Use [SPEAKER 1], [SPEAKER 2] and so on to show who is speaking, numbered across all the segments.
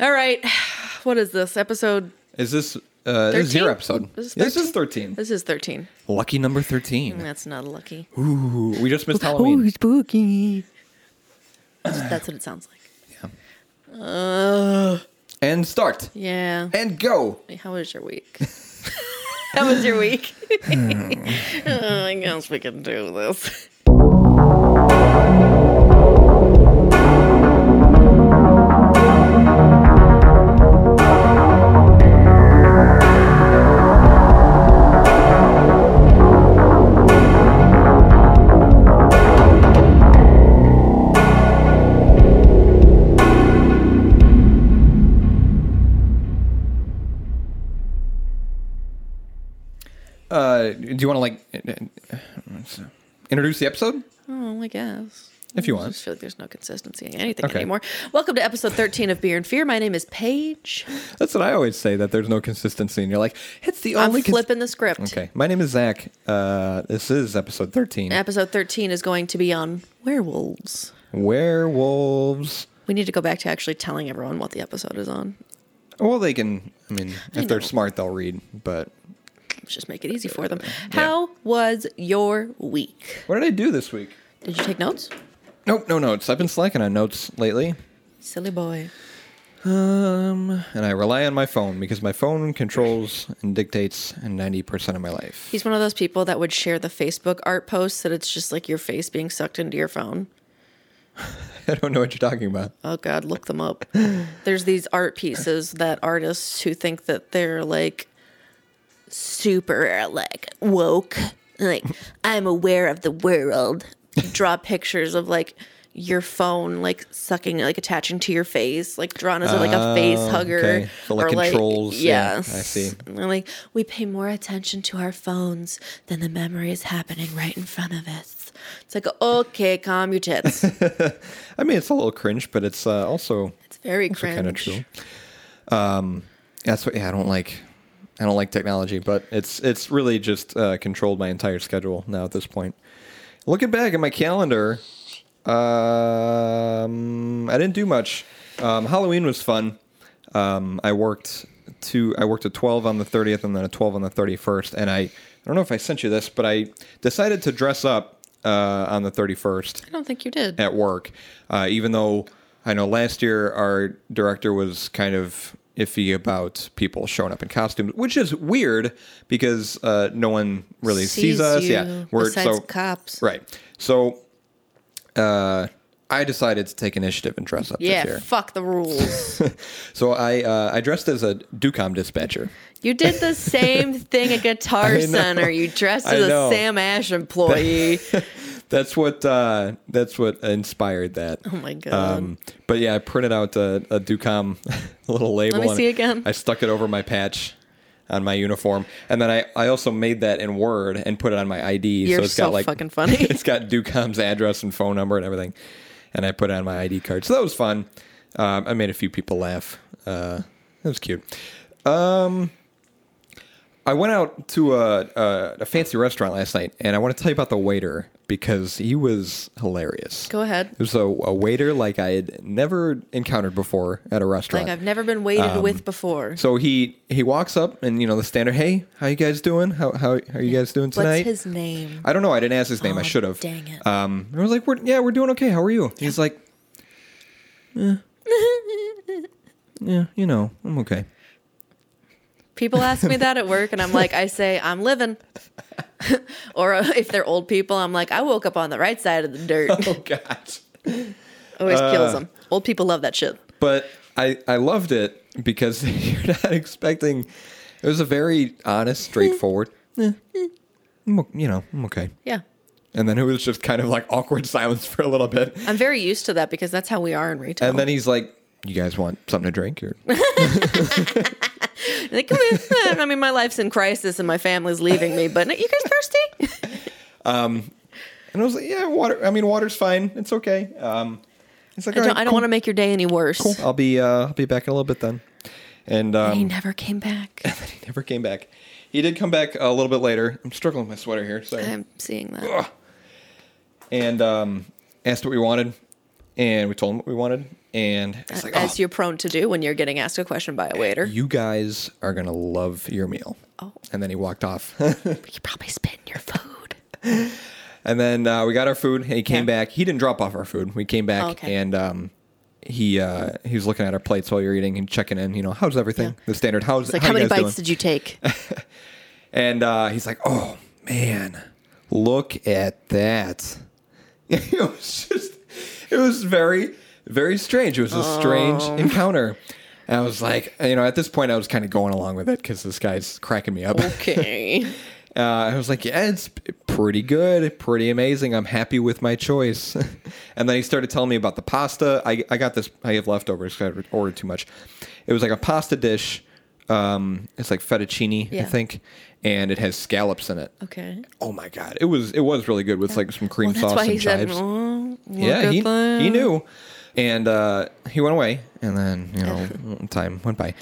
[SPEAKER 1] All right. What is this? Episode
[SPEAKER 2] Is this uh, this is your
[SPEAKER 1] 13?
[SPEAKER 2] episode?
[SPEAKER 1] This is
[SPEAKER 2] this is thirteen.
[SPEAKER 1] this is 13.
[SPEAKER 2] Lucky number thirteen.
[SPEAKER 1] That's not lucky.
[SPEAKER 2] Ooh, we just missed Halloween.
[SPEAKER 1] spooky. That's, that's what it sounds like. Yeah. Uh,
[SPEAKER 2] And start
[SPEAKER 1] yeah.
[SPEAKER 2] and go.
[SPEAKER 1] How was your week? How was your week? oh, I guess we can do this.
[SPEAKER 2] Uh, do you want to like uh, uh, introduce the episode
[SPEAKER 1] Oh, I guess.
[SPEAKER 2] if you
[SPEAKER 1] I
[SPEAKER 2] want?
[SPEAKER 1] just feel like there's no consistency in anything
[SPEAKER 2] Okay.
[SPEAKER 1] anymore. Welcome to episode 13 of Beer and Fear. My name is Paige.
[SPEAKER 2] That's what I always say. That there's no consistency, and you're like, it's the
[SPEAKER 1] I'm
[SPEAKER 2] only. cons-
[SPEAKER 1] flipping the script.
[SPEAKER 2] okay, my name is Zach. Uh, this is episode thirteen.
[SPEAKER 1] Episode 13 is going to be on werewolves.
[SPEAKER 2] Werewolves.
[SPEAKER 1] We need to go back to actually telling everyone what the episode is on.
[SPEAKER 2] Well, they can. I mean, if
[SPEAKER 1] know.
[SPEAKER 2] they're smart, they'll read. But
[SPEAKER 1] Let's just make it easy for them. How was your week?
[SPEAKER 2] what did I do this week?
[SPEAKER 1] Did you take notes?
[SPEAKER 2] Nope, no notes. I've been slacking on notes lately.
[SPEAKER 1] Silly boy.
[SPEAKER 2] Um, and I rely on my phone because my phone controls and dictates ninety percent of my life.
[SPEAKER 1] He's one of those people that would share the Facebook art posts that it's just like your face being sucked into your phone.
[SPEAKER 2] I don't know what you're talking about.
[SPEAKER 1] Oh God, look them up. There's these art pieces that artists who think that they're like super like woke, like I'm aware of the world. Draw pictures of like your phone, like sucking, like attaching to your face, like drawn as like a face
[SPEAKER 2] Oh,
[SPEAKER 1] hugger,
[SPEAKER 2] okay. So, like, controls. Yeah, I
[SPEAKER 1] Yes,
[SPEAKER 2] see.
[SPEAKER 1] And they're like we pay more attention to our phones than the memories happening right in front of us. It's like okay, calm your tits.
[SPEAKER 2] I mean, it's a little cringe, but it's uh, also
[SPEAKER 1] It's very cringe.
[SPEAKER 2] kind of true. Um, that's what. Yeah, I don't like. I don't like technology, but it's it's really just uh, controlled my entire schedule now at this point. Looking back at my calendar, um, I didn't do much. Um, Halloween was fun. Um, I worked two. I worked a twelve on the thirtieth and then a twelve on the thirty first. And I I don't know if I sent you this, but I decided to dress up uh, on the thirty first
[SPEAKER 1] I don't think you did.
[SPEAKER 2] at work. Uh, even though I know last year our director was kind of iffy about people showing up in costumes, which is weird because uh, no one really sees,
[SPEAKER 1] Sees
[SPEAKER 2] us.
[SPEAKER 1] you
[SPEAKER 2] yeah, we're
[SPEAKER 1] besides
[SPEAKER 2] so
[SPEAKER 1] cops.
[SPEAKER 2] Right. So uh, I decided to take initiative and dress up
[SPEAKER 1] Yeah,
[SPEAKER 2] this year.
[SPEAKER 1] fuck the rules.
[SPEAKER 2] So I uh, I dressed as a Ducom dispatcher.
[SPEAKER 1] you did the same thing at
[SPEAKER 2] I
[SPEAKER 1] Guitar
[SPEAKER 2] know.
[SPEAKER 1] Center. You dressed
[SPEAKER 2] I
[SPEAKER 1] as
[SPEAKER 2] know.
[SPEAKER 1] a Sam Ash employee. Oh
[SPEAKER 2] That's what uh, that's what inspired that.
[SPEAKER 1] oh my god.
[SPEAKER 2] Um, but yeah, I printed out a, a Ducom little label.
[SPEAKER 1] me
[SPEAKER 2] and
[SPEAKER 1] see again.
[SPEAKER 2] I stuck it over my patch on my uniform, and then I, I also made that in Word and put it on my ID.
[SPEAKER 1] You're
[SPEAKER 2] so it's
[SPEAKER 1] so
[SPEAKER 2] got like
[SPEAKER 1] fucking funny.
[SPEAKER 2] it's got Ducom's address and phone number and everything, and I put it on my ID card. So that was fun. Um, I made a few people laugh. Uh, that was cute. Um, I went out to a, a, a fancy restaurant last night, and I want to tell you about the waiter because he was hilarious.
[SPEAKER 1] Go ahead.
[SPEAKER 2] It was a, a waiter like I had never encountered before at a restaurant.
[SPEAKER 1] Like I've never been waited with before.
[SPEAKER 2] so he he walks up and you know the standard, hey, how you guys doing? How how, how are you guys doing
[SPEAKER 1] What's
[SPEAKER 2] tonight?
[SPEAKER 1] his name?
[SPEAKER 2] I don't know. I didn't ask his name. I
[SPEAKER 1] Oh,
[SPEAKER 2] should have.
[SPEAKER 1] dang it.
[SPEAKER 2] Um, I was like, we're, yeah, we're doing okay. How are you? He's like, "Eh. yeah, you know, I'm okay.
[SPEAKER 1] People ask me that at work, and I'm like, I say I'm living. or uh, if they're old people, I'm like, I woke up on the right side of the dirt.
[SPEAKER 2] Oh God.
[SPEAKER 1] Always kills
[SPEAKER 2] Uh.
[SPEAKER 1] them. Old people love that shit.
[SPEAKER 2] but I, I loved it because you're not expecting. It was a very honest, straightforward. "Eh, I'm o- you know, I'm okay.
[SPEAKER 1] Yeah.
[SPEAKER 2] And then it was just kind of like awkward silence for a little bit.
[SPEAKER 1] I'm very used to that because that's how we are in retail.
[SPEAKER 2] And then he's like, "You guys want something to drink?" Or
[SPEAKER 1] Like, come here. I mean, my life's in crisis and my family's leaving me, but you guys thirsty?
[SPEAKER 2] and I was like, "Yeah, water. I mean, water's fine. It's okay." Um, he's like,
[SPEAKER 1] I
[SPEAKER 2] "All
[SPEAKER 1] don't,
[SPEAKER 2] right,
[SPEAKER 1] I don't want to make your day any worse.
[SPEAKER 2] cool. I'll be uh, I'll be back in a little bit then." And um,
[SPEAKER 1] He never came back.
[SPEAKER 2] he never came back. He did come back a little bit later. I'm struggling with my sweater here. Sorry.
[SPEAKER 1] I'm seeing that.
[SPEAKER 2] and um, asked what we wanted, and we told him what we wanted, and it's like,
[SPEAKER 1] as
[SPEAKER 2] "Oh,
[SPEAKER 1] you're prone to do when you're getting asked a question by a waiter.
[SPEAKER 2] you guys are gonna love your meal.
[SPEAKER 1] Oh.
[SPEAKER 2] And then he walked off.
[SPEAKER 1] You probably spit in your food.
[SPEAKER 2] and then uh, we got our food. And he came
[SPEAKER 1] Yeah. Oh,
[SPEAKER 2] back. He didn't drop off our food. We came back
[SPEAKER 1] Okay.
[SPEAKER 2] and um, he uh, he was looking at our plates while you're eating and checking in. You know, how's everything?
[SPEAKER 1] Yeah.
[SPEAKER 2] The standard. How's
[SPEAKER 1] It's like,
[SPEAKER 2] how,
[SPEAKER 1] how, many
[SPEAKER 2] you guys
[SPEAKER 1] bites
[SPEAKER 2] doing?
[SPEAKER 1] did you take?
[SPEAKER 2] And uh, he's like, "Oh man, look at that!" it was just, it was very, very strange. It was a strange
[SPEAKER 1] Oh.
[SPEAKER 2] encounter. And I was like, you know, at this point, I was kind of going along with it because this guy's cracking me up.
[SPEAKER 1] okay.
[SPEAKER 2] Uh, I was like, yeah, it's p- pretty good, pretty amazing. I'm happy with my choice. and then he started telling me about the pasta. I, I got this, I have leftovers 'cause I ordered too much. It was like a pasta dish. Um, it's like fettuccine, I
[SPEAKER 1] Yeah.
[SPEAKER 2] think, and it has scallops in it.
[SPEAKER 1] Okay.
[SPEAKER 2] Oh my god, it was it was really good with like some cream
[SPEAKER 1] well, that's
[SPEAKER 2] sauce
[SPEAKER 1] why
[SPEAKER 2] and
[SPEAKER 1] he said,
[SPEAKER 2] chives.
[SPEAKER 1] "Oh, look
[SPEAKER 2] yeah,
[SPEAKER 1] at
[SPEAKER 2] he,
[SPEAKER 1] that."
[SPEAKER 2] he knew, and uh, he went away, and then you know time went by,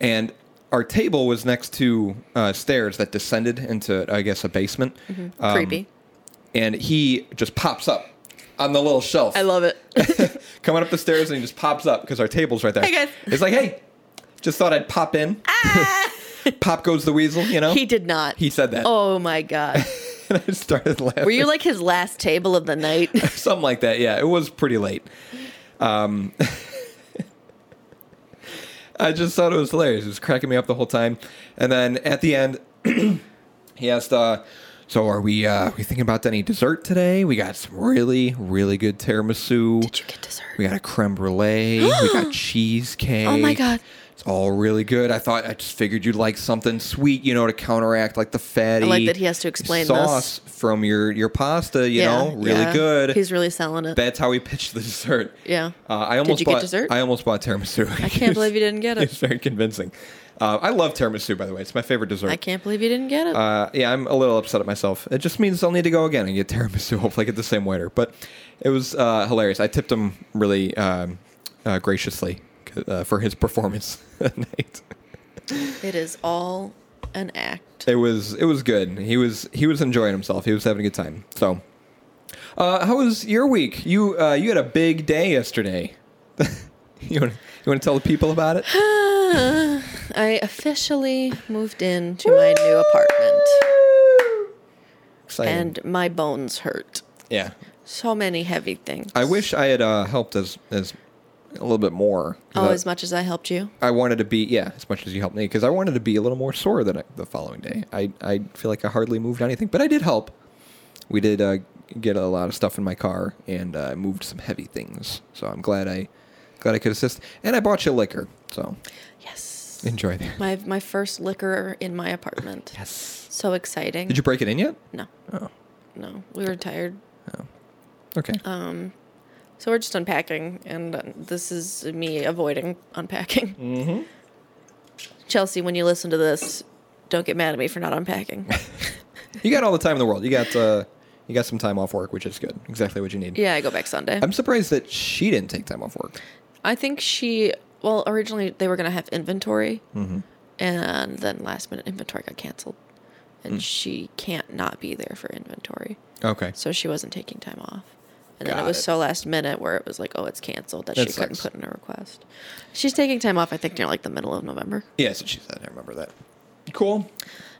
[SPEAKER 2] and our table was next to uh, stairs that descended into I guess a basement. Um,
[SPEAKER 1] Mm-hmm. Creepy.
[SPEAKER 2] and he just pops up on the little shelf.
[SPEAKER 1] I love it.
[SPEAKER 2] coming up the stairs, and he just pops up because our table's right there.
[SPEAKER 1] Hey, guys.
[SPEAKER 2] It's like, hey, just thought I'd pop in. pop goes the weasel, you know.
[SPEAKER 1] Ah. he did not.
[SPEAKER 2] He said that.
[SPEAKER 1] Oh my god.
[SPEAKER 2] and I started laughing.
[SPEAKER 1] Were you like his last table of the night?
[SPEAKER 2] something like that. Yeah, it was pretty late. Um, I just thought it was hilarious. It was cracking me up the whole time. And then at the end, he asked, uh, "So are we? Uh, we thinking about any dessert today? We got some really, really good tiramisu.
[SPEAKER 1] you get dessert?
[SPEAKER 2] We got a creme brulee. we got cheesecake.
[SPEAKER 1] Oh my God.
[SPEAKER 2] It's all really good. I thought I just figured you'd like something sweet, you know, to counteract like the fatty.
[SPEAKER 1] that he has to explain this.
[SPEAKER 2] sauce from your your pasta. You know, really
[SPEAKER 1] yeah.
[SPEAKER 2] good.
[SPEAKER 1] He's really selling it.
[SPEAKER 2] That's how we pitched the dessert.
[SPEAKER 1] Yeah.
[SPEAKER 2] Uh, I almost
[SPEAKER 1] you get
[SPEAKER 2] bought,
[SPEAKER 1] dessert?
[SPEAKER 2] I almost bought tiramisu.
[SPEAKER 1] I can't believe you didn't get
[SPEAKER 2] It's
[SPEAKER 1] it.
[SPEAKER 2] very convincing. Uh, I love tiramisu, by the way. It's my favorite dessert.
[SPEAKER 1] I can't believe you didn't get it.
[SPEAKER 2] Uh, yeah, I'm a little upset at myself. It just means I'll need to go again and get tiramisu. Hopefully, I get the same waiter. But it was uh, hilarious. I tipped him really um, uh, graciously uh, for his performance that night.
[SPEAKER 1] it is all an act.
[SPEAKER 2] It was it was good. He was he was enjoying himself. He was having a good time. So, uh, how was your week? You uh, you had a big day yesterday. you want you want to tell the people about it?
[SPEAKER 1] Uh, I officially moved into my new apartment
[SPEAKER 2] Exciting.
[SPEAKER 1] and my bones hurt.
[SPEAKER 2] yeah,
[SPEAKER 1] So many heavy things.
[SPEAKER 2] I wish I had uh, helped as as a little bit more.
[SPEAKER 1] Oh,
[SPEAKER 2] Uh,
[SPEAKER 1] as much as I helped you.
[SPEAKER 2] I wanted to be yeah as much as you helped me because I wanted to be a little more sore than I, the following day. I I feel like I hardly moved anything, but I did help. We did uh, get a lot of stuff in my car and uh, moved some heavy things. So I'm glad I glad I could assist. And I bought you liquor, so
[SPEAKER 1] Yes.
[SPEAKER 2] enjoy that.
[SPEAKER 1] My my first liquor in my apartment.
[SPEAKER 2] Yes.
[SPEAKER 1] So exciting.
[SPEAKER 2] Did you break it in yet?
[SPEAKER 1] No,
[SPEAKER 2] Oh,
[SPEAKER 1] no. We were tired.
[SPEAKER 2] okay.
[SPEAKER 1] Um. So we're just unpacking, and uh, this is me avoiding unpacking. Mm-hmm. Chelsea, when you listen to this, don't get mad at me for not unpacking.
[SPEAKER 2] you got all the time in the world. You got uh, you got some time off work, which is good. Exactly what you need.
[SPEAKER 1] yeah, I go back Sunday.
[SPEAKER 2] I'm surprised that she didn't take time off work.
[SPEAKER 1] I think she, well, originally they were going to have inventory,
[SPEAKER 2] Mm-hmm.
[SPEAKER 1] and then last minute inventory got canceled. And
[SPEAKER 2] Mm.
[SPEAKER 1] she can't not be there for inventory.
[SPEAKER 2] Okay.
[SPEAKER 1] So she wasn't taking time off. And then
[SPEAKER 2] Got
[SPEAKER 1] it was
[SPEAKER 2] it.
[SPEAKER 1] so last minute where it was like, oh, it's canceled that
[SPEAKER 2] That
[SPEAKER 1] she couldn't put
[SPEAKER 2] sucks.
[SPEAKER 1] in a request. She's taking time off, I think, near like the middle of November.
[SPEAKER 2] Yeah, so she said. I remember that. Cool.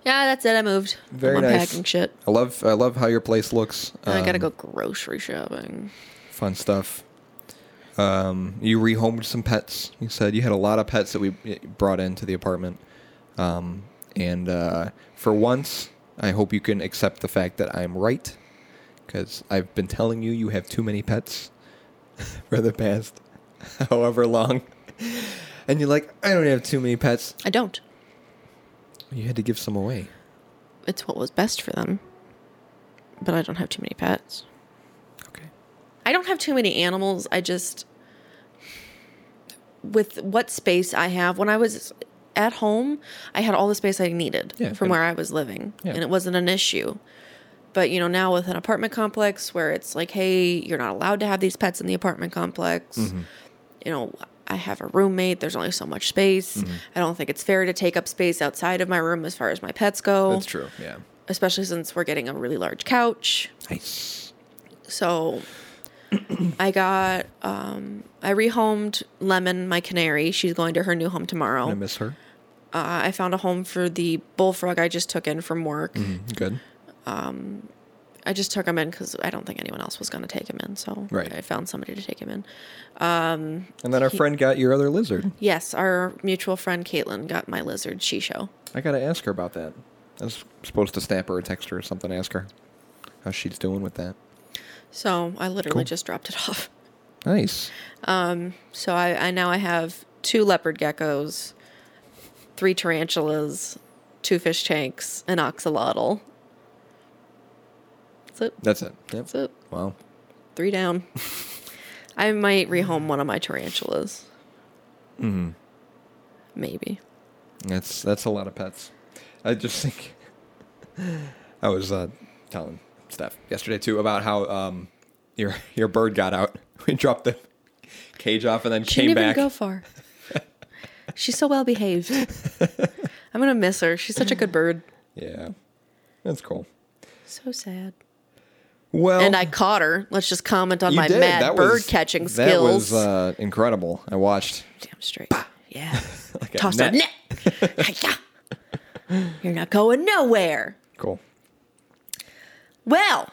[SPEAKER 1] Yeah, that's it. I moved.
[SPEAKER 2] Very
[SPEAKER 1] I'm
[SPEAKER 2] nice.
[SPEAKER 1] unpacking shit.
[SPEAKER 2] I love I love how your place looks.
[SPEAKER 1] And I gotta
[SPEAKER 2] Um,
[SPEAKER 1] go grocery shopping.
[SPEAKER 2] Fun stuff. Um, you rehomed some pets. You said you had a lot of pets that we eh, brought into the apartment. Um, and uh, for once, I hope you can accept the fact that I'm right, because I've been telling you you have too many pets for the past however long. And you're like, I don't have too many pets.
[SPEAKER 1] I don't.
[SPEAKER 2] You had to give some away.
[SPEAKER 1] It's what was best for them. But I don't have too many pets.
[SPEAKER 2] Okay.
[SPEAKER 1] I don't have too many animals. I just with what space I have. When I was at home, I had all the space I needed
[SPEAKER 2] Yeah,
[SPEAKER 1] from
[SPEAKER 2] and-
[SPEAKER 1] where I was living,
[SPEAKER 2] Yeah.
[SPEAKER 1] and it wasn't an issue. But you know, now with an apartment complex where it's like, hey, you're not allowed to have these pets in the apartment complex.
[SPEAKER 2] Mm-hmm.
[SPEAKER 1] You know, I have a roommate. There's only so much space.
[SPEAKER 2] Mm-hmm.
[SPEAKER 1] I don't think it's fair to take up space outside of my room as far as my pets go.
[SPEAKER 2] That's true. Yeah.
[SPEAKER 1] Especially since we're getting a really large couch.
[SPEAKER 2] Nice.
[SPEAKER 1] So I got um I rehomed Lemon, my canary. She's going to her new home tomorrow.
[SPEAKER 2] I
[SPEAKER 1] Uh,
[SPEAKER 2] miss her.
[SPEAKER 1] I found a home for the bullfrog I just took in from work.
[SPEAKER 2] Mm-hmm. Mm, Good.
[SPEAKER 1] I just took him in because I don't think anyone else was going to take him in, so
[SPEAKER 2] Right.
[SPEAKER 1] I found somebody to take him in.
[SPEAKER 2] And then our friend got your other lizard.
[SPEAKER 1] Yes, our mutual friend Caitlin got my lizard Shisho.
[SPEAKER 2] I gotta ask her about that. I was supposed to snap her a text her or something. Ask her how she's doing with that.
[SPEAKER 1] So I literally
[SPEAKER 2] Cool.
[SPEAKER 1] just dropped it off.
[SPEAKER 2] Nice.
[SPEAKER 1] So I, I now I have two leopard geckos, three tarantulas, two fish tanks, an oxalotl. That's it.
[SPEAKER 2] That's it. Yep.
[SPEAKER 1] That's it.
[SPEAKER 2] Wow.
[SPEAKER 1] Three down. I might rehome one of my tarantulas.
[SPEAKER 2] Mm-hmm.
[SPEAKER 1] Hmm. Maybe.
[SPEAKER 2] That's that's a lot of pets. I just think I was uh, telling Steph yesterday too about how um, your your bird got out. We dropped the cage off and then
[SPEAKER 1] She
[SPEAKER 2] came
[SPEAKER 1] didn't
[SPEAKER 2] back.
[SPEAKER 1] even go far. She's so well behaved. I'm gonna miss her. She's such a good bird.
[SPEAKER 2] yeah, that's cool.
[SPEAKER 1] So sad.
[SPEAKER 2] Well,
[SPEAKER 1] And I caught her. Let's just comment on
[SPEAKER 2] Oh. you
[SPEAKER 1] my
[SPEAKER 2] did.
[SPEAKER 1] mad
[SPEAKER 2] That
[SPEAKER 1] bird
[SPEAKER 2] was-
[SPEAKER 1] catching
[SPEAKER 2] That
[SPEAKER 1] skills.
[SPEAKER 2] was uh, incredible. I watched.
[SPEAKER 1] Damn straight. Yeah.
[SPEAKER 2] Like a
[SPEAKER 1] Toss
[SPEAKER 2] net.
[SPEAKER 1] that net. Hi-ya. You're not going nowhere.
[SPEAKER 2] Cool.
[SPEAKER 1] Well,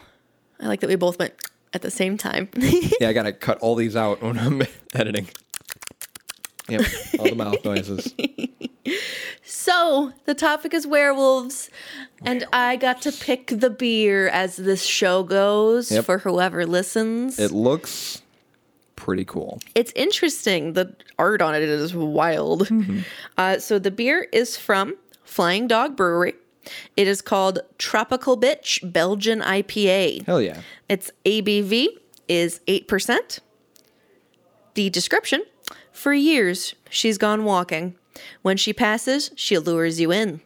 [SPEAKER 1] I like that we both went at the same time.
[SPEAKER 2] Yeah, I gotta cut all these out when I'm editing. Yep, all the mouth noises.
[SPEAKER 1] so the topic is werewolves, and I got to pick the beer as this show goes
[SPEAKER 2] Yep.
[SPEAKER 1] for whoever listens.
[SPEAKER 2] It looks pretty cool.
[SPEAKER 1] it's interesting. The art on it is wild.
[SPEAKER 2] Mm-hmm.
[SPEAKER 1] Uh, so the beer is from Flying Dog Brewery. It is called Tropical Bitch Belgian IPA.
[SPEAKER 2] Hell yeah.
[SPEAKER 1] Its ABV is 8%. The description For years, she's gone walking. When she passes, she lures you in.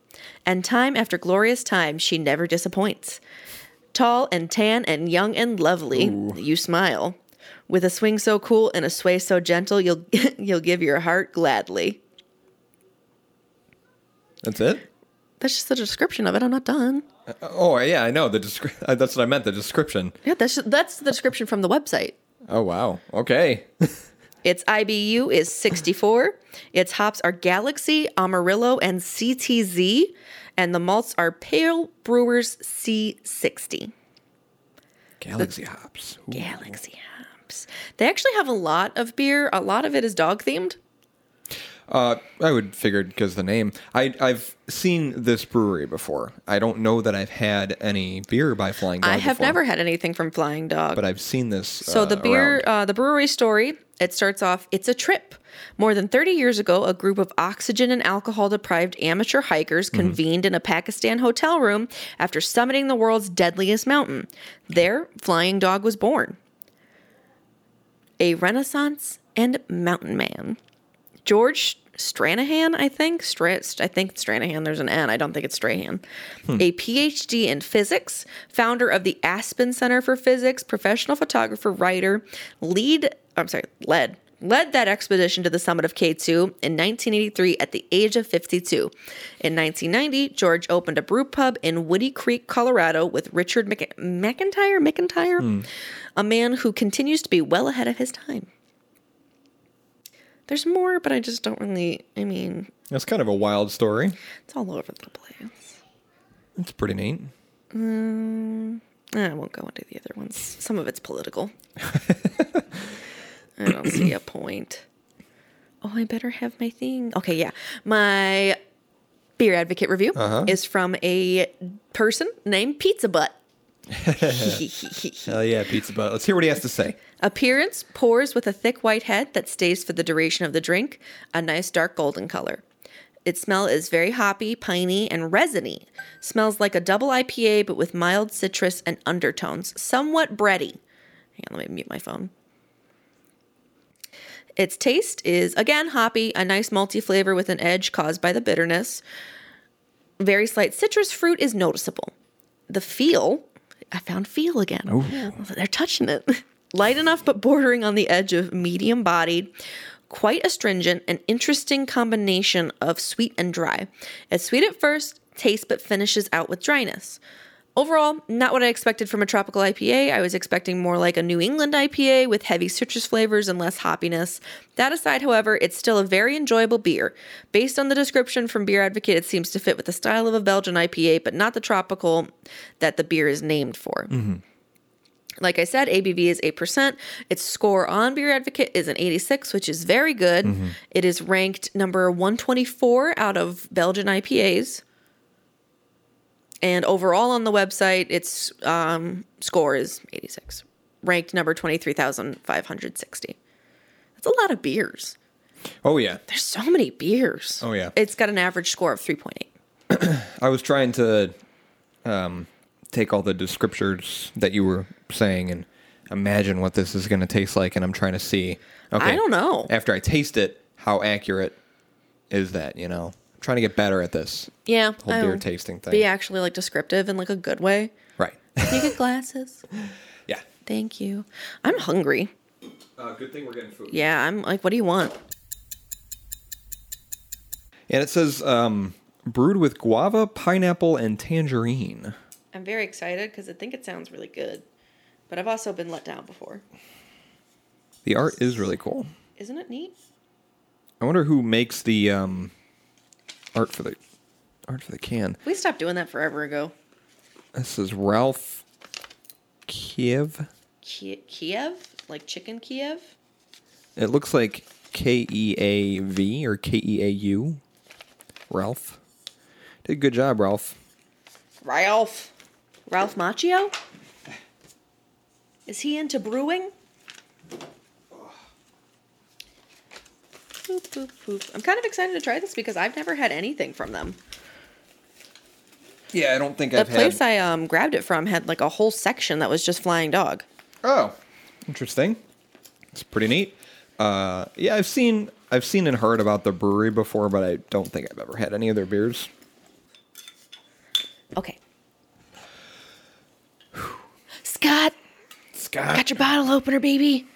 [SPEAKER 1] And time after glorious time, she never disappoints. Tall and tan and young and lovely, you smile. With a swing so cool and a sway so gentle, you'll you'll give your heart gladly.
[SPEAKER 2] That's it.
[SPEAKER 1] That's just the description of it. I'm not done.
[SPEAKER 2] Oh yeah, I know the descri- uh, That's what I meant. The description.
[SPEAKER 1] Yeah, that's that's the description from the website.
[SPEAKER 2] Oh wow. Okay.
[SPEAKER 1] Its IBU is 64. Its hops are Galaxy, Amarillo, and CTZ. And the malts are Pale Brewers C60.
[SPEAKER 2] Galaxy hops. Ooh.
[SPEAKER 1] Galaxy hops. They actually have a lot of beer. A lot of it is dog themed.
[SPEAKER 2] Uh, I would figured because the name. I I've seen this brewery before. I don't know that I've had any beer by Flying Dog.
[SPEAKER 1] I have
[SPEAKER 2] before,
[SPEAKER 1] never had anything from Flying Dog.
[SPEAKER 2] But I've seen this.
[SPEAKER 1] So the beer, uh, the brewery story, it starts off. It's a trip. More than 30 years ago, a group of oxygen and alcohol deprived amateur hikers convened in a Pakistan hotel room after summiting the world's deadliest mountain. There, Flying Dog was born. A Renaissance and Mountain Man. George Stranahan, I think. Stra- I think Stranahan, there's an N. I don't think it's Strahan. A PhD in physics, founder of the Aspen Center for Physics, professional photographer, writer, lead, I'm sorry, led, led that expedition to the summit of K2 in 1983 at the age of 52. In 1990, George opened a brew pub in Woody Creek, Colorado with Richard Mc- McIntyre, McIntyre, a man who continues to be well ahead of his time. There's more, but I just don't really. I mean,
[SPEAKER 2] That's kind of a wild story.
[SPEAKER 1] it's all over the place.
[SPEAKER 2] It's pretty neat.
[SPEAKER 1] Eh, I won't go into the other ones. Some of it's political. I don't see a point. Oh, I better have my thing. Okay, yeah. My beer advocate review is from a person named Pizza Butt.
[SPEAKER 2] Hell yeah, pizza butt. Let's hear what he has to say.
[SPEAKER 1] Appearance pours with a thick white head that stays for the duration of the drink, a nice dark golden color. Its smell is very hoppy, piney, and resiny. Smells like a double IPA, but with mild citrus and undertones, somewhat bready. Hang on, let me mute my phone. Its taste is again hoppy, a nice malty flavor with an edge caused by the bitterness. Very slight citrus fruit is noticeable. The feel, I found feel again. They're touching it. Light enough but bordering on the edge of medium bodied, quite astringent, an interesting combination of sweet and dry. It's sweet at first, tastes but finishes out with dryness. Overall, not what I expected from a tropical IPA. I was expecting more like a New England IPA with heavy citrus flavors and less hoppiness. That aside, however, it's still a very enjoyable beer. Based on the description from Beer Advocate, it seems to fit with the style of a Belgian IPA, but not the tropical that the beer is named for. Like I said, ABV is 8%. Its score on Beer Advocate is an 86, which is very good. It is ranked number 124 out of Belgian IPAs. And overall on the website, its um, score is 86, ranked number 23,560. That's a lot of beers.
[SPEAKER 2] Oh yeah,
[SPEAKER 1] There's so many beers.
[SPEAKER 2] Oh, yeah.
[SPEAKER 1] It's got an average score of 3.8.
[SPEAKER 2] I was trying to um, take all the descriptors that you were saying and imagine what this is going to taste like, and I'm trying to see. Okay,
[SPEAKER 1] I don't know.
[SPEAKER 2] After I taste it, how accurate is that? You know, I'm trying to get better at this
[SPEAKER 1] Yeah.
[SPEAKER 2] whole
[SPEAKER 1] I
[SPEAKER 2] beer
[SPEAKER 1] would
[SPEAKER 2] tasting thing.
[SPEAKER 1] Be actually like descriptive in like a good way.
[SPEAKER 2] Right.
[SPEAKER 1] Can you get glasses?
[SPEAKER 2] yeah.
[SPEAKER 1] Thank you. I'm hungry.
[SPEAKER 2] Uh, good thing we're getting food.
[SPEAKER 1] Yeah, I'm like, what do you want?
[SPEAKER 2] And it says um, brewed with guava, pineapple, and tangerine.
[SPEAKER 1] I'm very excited because I think it sounds really good. But I've also been let down before.
[SPEAKER 2] The art is really cool.
[SPEAKER 1] Isn't it neat?
[SPEAKER 2] I wonder who makes the um, art for the art for the can.
[SPEAKER 1] We stopped doing that forever ago.
[SPEAKER 2] This is Ralph Kiev.
[SPEAKER 1] Ki- Kiev? Like chicken Kiev?
[SPEAKER 2] It looks like K E A V or K E A U. Ralph. Did a good job, Ralph.
[SPEAKER 1] Ralph. Ralph Macchio? Is he into brewing? Boop, boop, boop. I'm kind of excited to try this because I've never had anything from them.
[SPEAKER 2] Yeah, I don't think
[SPEAKER 1] The place I um, grabbed it from had like a whole section that was just Flying Dog.
[SPEAKER 2] Oh, interesting. It's pretty neat. Uh, yeah, I've seen I've seen and heard about the brewery before, but I don't think I've ever had any of their beers.
[SPEAKER 1] Okay. Scott, got your bottle opener, baby.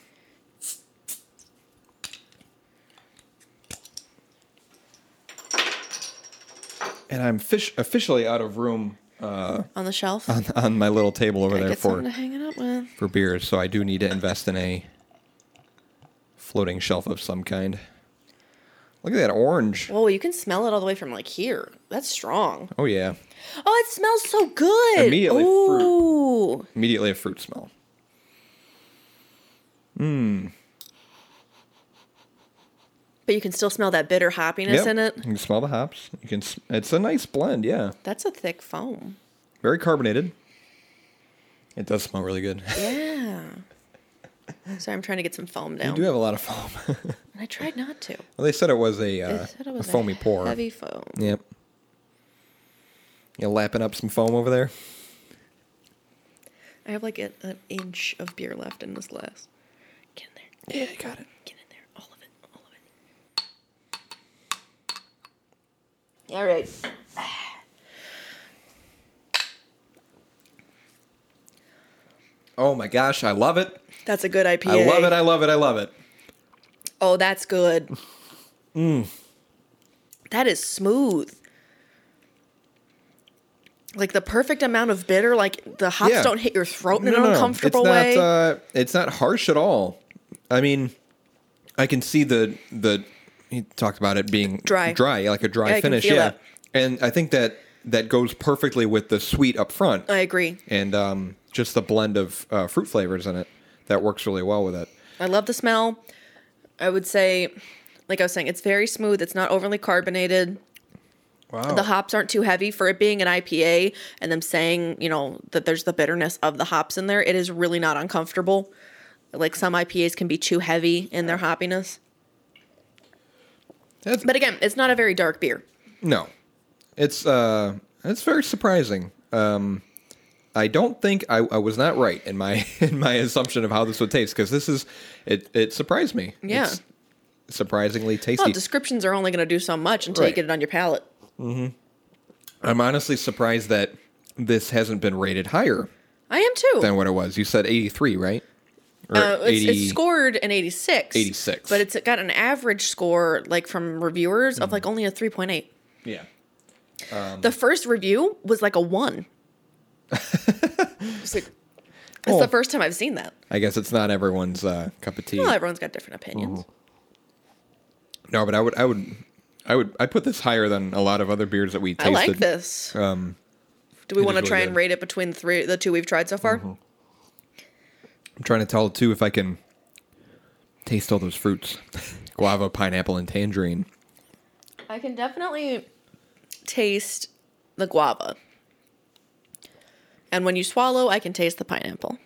[SPEAKER 2] And I'm fish- officially out of room
[SPEAKER 1] On the shelf.
[SPEAKER 2] on, on my little table over
[SPEAKER 1] I
[SPEAKER 2] there
[SPEAKER 1] get something to
[SPEAKER 2] for
[SPEAKER 1] hang it up with.
[SPEAKER 2] for beers, so I do need to invest in a floating shelf of some kind. Look at that orange.
[SPEAKER 1] Whoa, you can smell it all the way from like here. That's strong.
[SPEAKER 2] Oh yeah.
[SPEAKER 1] Oh, it smells so good.
[SPEAKER 2] Immediately fruit.
[SPEAKER 1] Ooh.
[SPEAKER 2] Immediately a fruit smell.
[SPEAKER 1] But you can still smell that bitter hoppiness
[SPEAKER 2] Yep.
[SPEAKER 1] in it.
[SPEAKER 2] You can smell the hops. You can. s- It's a nice blend. Yeah.
[SPEAKER 1] That's a thick foam.
[SPEAKER 2] Very carbonated. It does smell really good.
[SPEAKER 1] Yeah. Sorry, I'm trying to get some foam
[SPEAKER 2] You
[SPEAKER 1] down.
[SPEAKER 2] do have a lot of foam.
[SPEAKER 1] And I tried not to.
[SPEAKER 2] well, they said it was a,
[SPEAKER 1] They
[SPEAKER 2] uh,
[SPEAKER 1] said it
[SPEAKER 2] a
[SPEAKER 1] was
[SPEAKER 2] foamy pour.
[SPEAKER 1] Heavy foam.
[SPEAKER 2] Yep. You lapping up some foam over there?
[SPEAKER 1] I have like a, an inch of beer left in this glass. Get in there.
[SPEAKER 2] Yeah, I got it.
[SPEAKER 1] Get in there. All of it. All of it. All right.
[SPEAKER 2] Oh my gosh, I love it.
[SPEAKER 1] That's a good IPA.
[SPEAKER 2] I love it. I love it. I love it.
[SPEAKER 1] oh, that's good.
[SPEAKER 2] Mm.
[SPEAKER 1] That is smooth. Like the perfect amount of bitter. Like the hops
[SPEAKER 2] Yeah.
[SPEAKER 1] don't hit your throat in
[SPEAKER 2] No,
[SPEAKER 1] an
[SPEAKER 2] no, no.
[SPEAKER 1] uncomfortable
[SPEAKER 2] it's
[SPEAKER 1] way.
[SPEAKER 2] Not, uh, it's not harsh at all. I mean, I can see the the he talked about it being
[SPEAKER 1] Dry.
[SPEAKER 2] dry, like a dry
[SPEAKER 1] Yeah, I can
[SPEAKER 2] finish.
[SPEAKER 1] feel
[SPEAKER 2] yeah,
[SPEAKER 1] that.
[SPEAKER 2] and I think that that goes perfectly with the sweet up front.
[SPEAKER 1] I agree.
[SPEAKER 2] and um, just the blend of uh, fruit flavors in it that works really well with it.
[SPEAKER 1] I love the smell. I would say, like I was saying, it's very smooth. It's not overly carbonated.
[SPEAKER 2] Wow.
[SPEAKER 1] The hops aren't too heavy for it being an IPA and them saying, you know, that there's the bitterness of the hops in there. It is really not uncomfortable. Like some IPAs can be too heavy in their hoppiness.
[SPEAKER 2] That's,
[SPEAKER 1] But again, it's not a very dark beer.
[SPEAKER 2] no, it's uh, it's very surprising. Um, I don't think I, I was not right in my in my assumption of how this would taste because this is it. It surprised me.
[SPEAKER 1] Yeah.
[SPEAKER 2] It's surprisingly tasty.
[SPEAKER 1] Well, descriptions are only going to do so much until you
[SPEAKER 2] Right.
[SPEAKER 1] get it on your palate.
[SPEAKER 2] I'm honestly surprised that this hasn't been rated higher
[SPEAKER 1] I am too.
[SPEAKER 2] than what it was. You said 83, right? Or
[SPEAKER 1] Uh, it's, it's scored an 86.
[SPEAKER 2] 86.
[SPEAKER 1] But it's got an average score, like from reviewers,
[SPEAKER 2] Mm-hmm.
[SPEAKER 1] of like only a 3.8.
[SPEAKER 2] Yeah.
[SPEAKER 1] The first review was like a one. It's like, it's
[SPEAKER 2] Oh.
[SPEAKER 1] the first time I've seen that.
[SPEAKER 2] I guess it's not everyone's uh, cup of tea.
[SPEAKER 1] Well, everyone's got different opinions.
[SPEAKER 2] Mm-hmm. No, but I would, I would, I would, I put this higher than a lot of other beers that we
[SPEAKER 1] I
[SPEAKER 2] tasted.
[SPEAKER 1] like this.
[SPEAKER 2] Um,
[SPEAKER 1] Do we
[SPEAKER 2] it
[SPEAKER 1] want to
[SPEAKER 2] is
[SPEAKER 1] try
[SPEAKER 2] really
[SPEAKER 1] and
[SPEAKER 2] good. Mm-hmm.
[SPEAKER 1] rate it between the three, the two we've tried so far?
[SPEAKER 2] I'm trying to tell too if I can taste all those fruits: guava, pineapple, and tangerine.
[SPEAKER 1] I can definitely taste the guava. And when you swallow, I can taste the pineapple.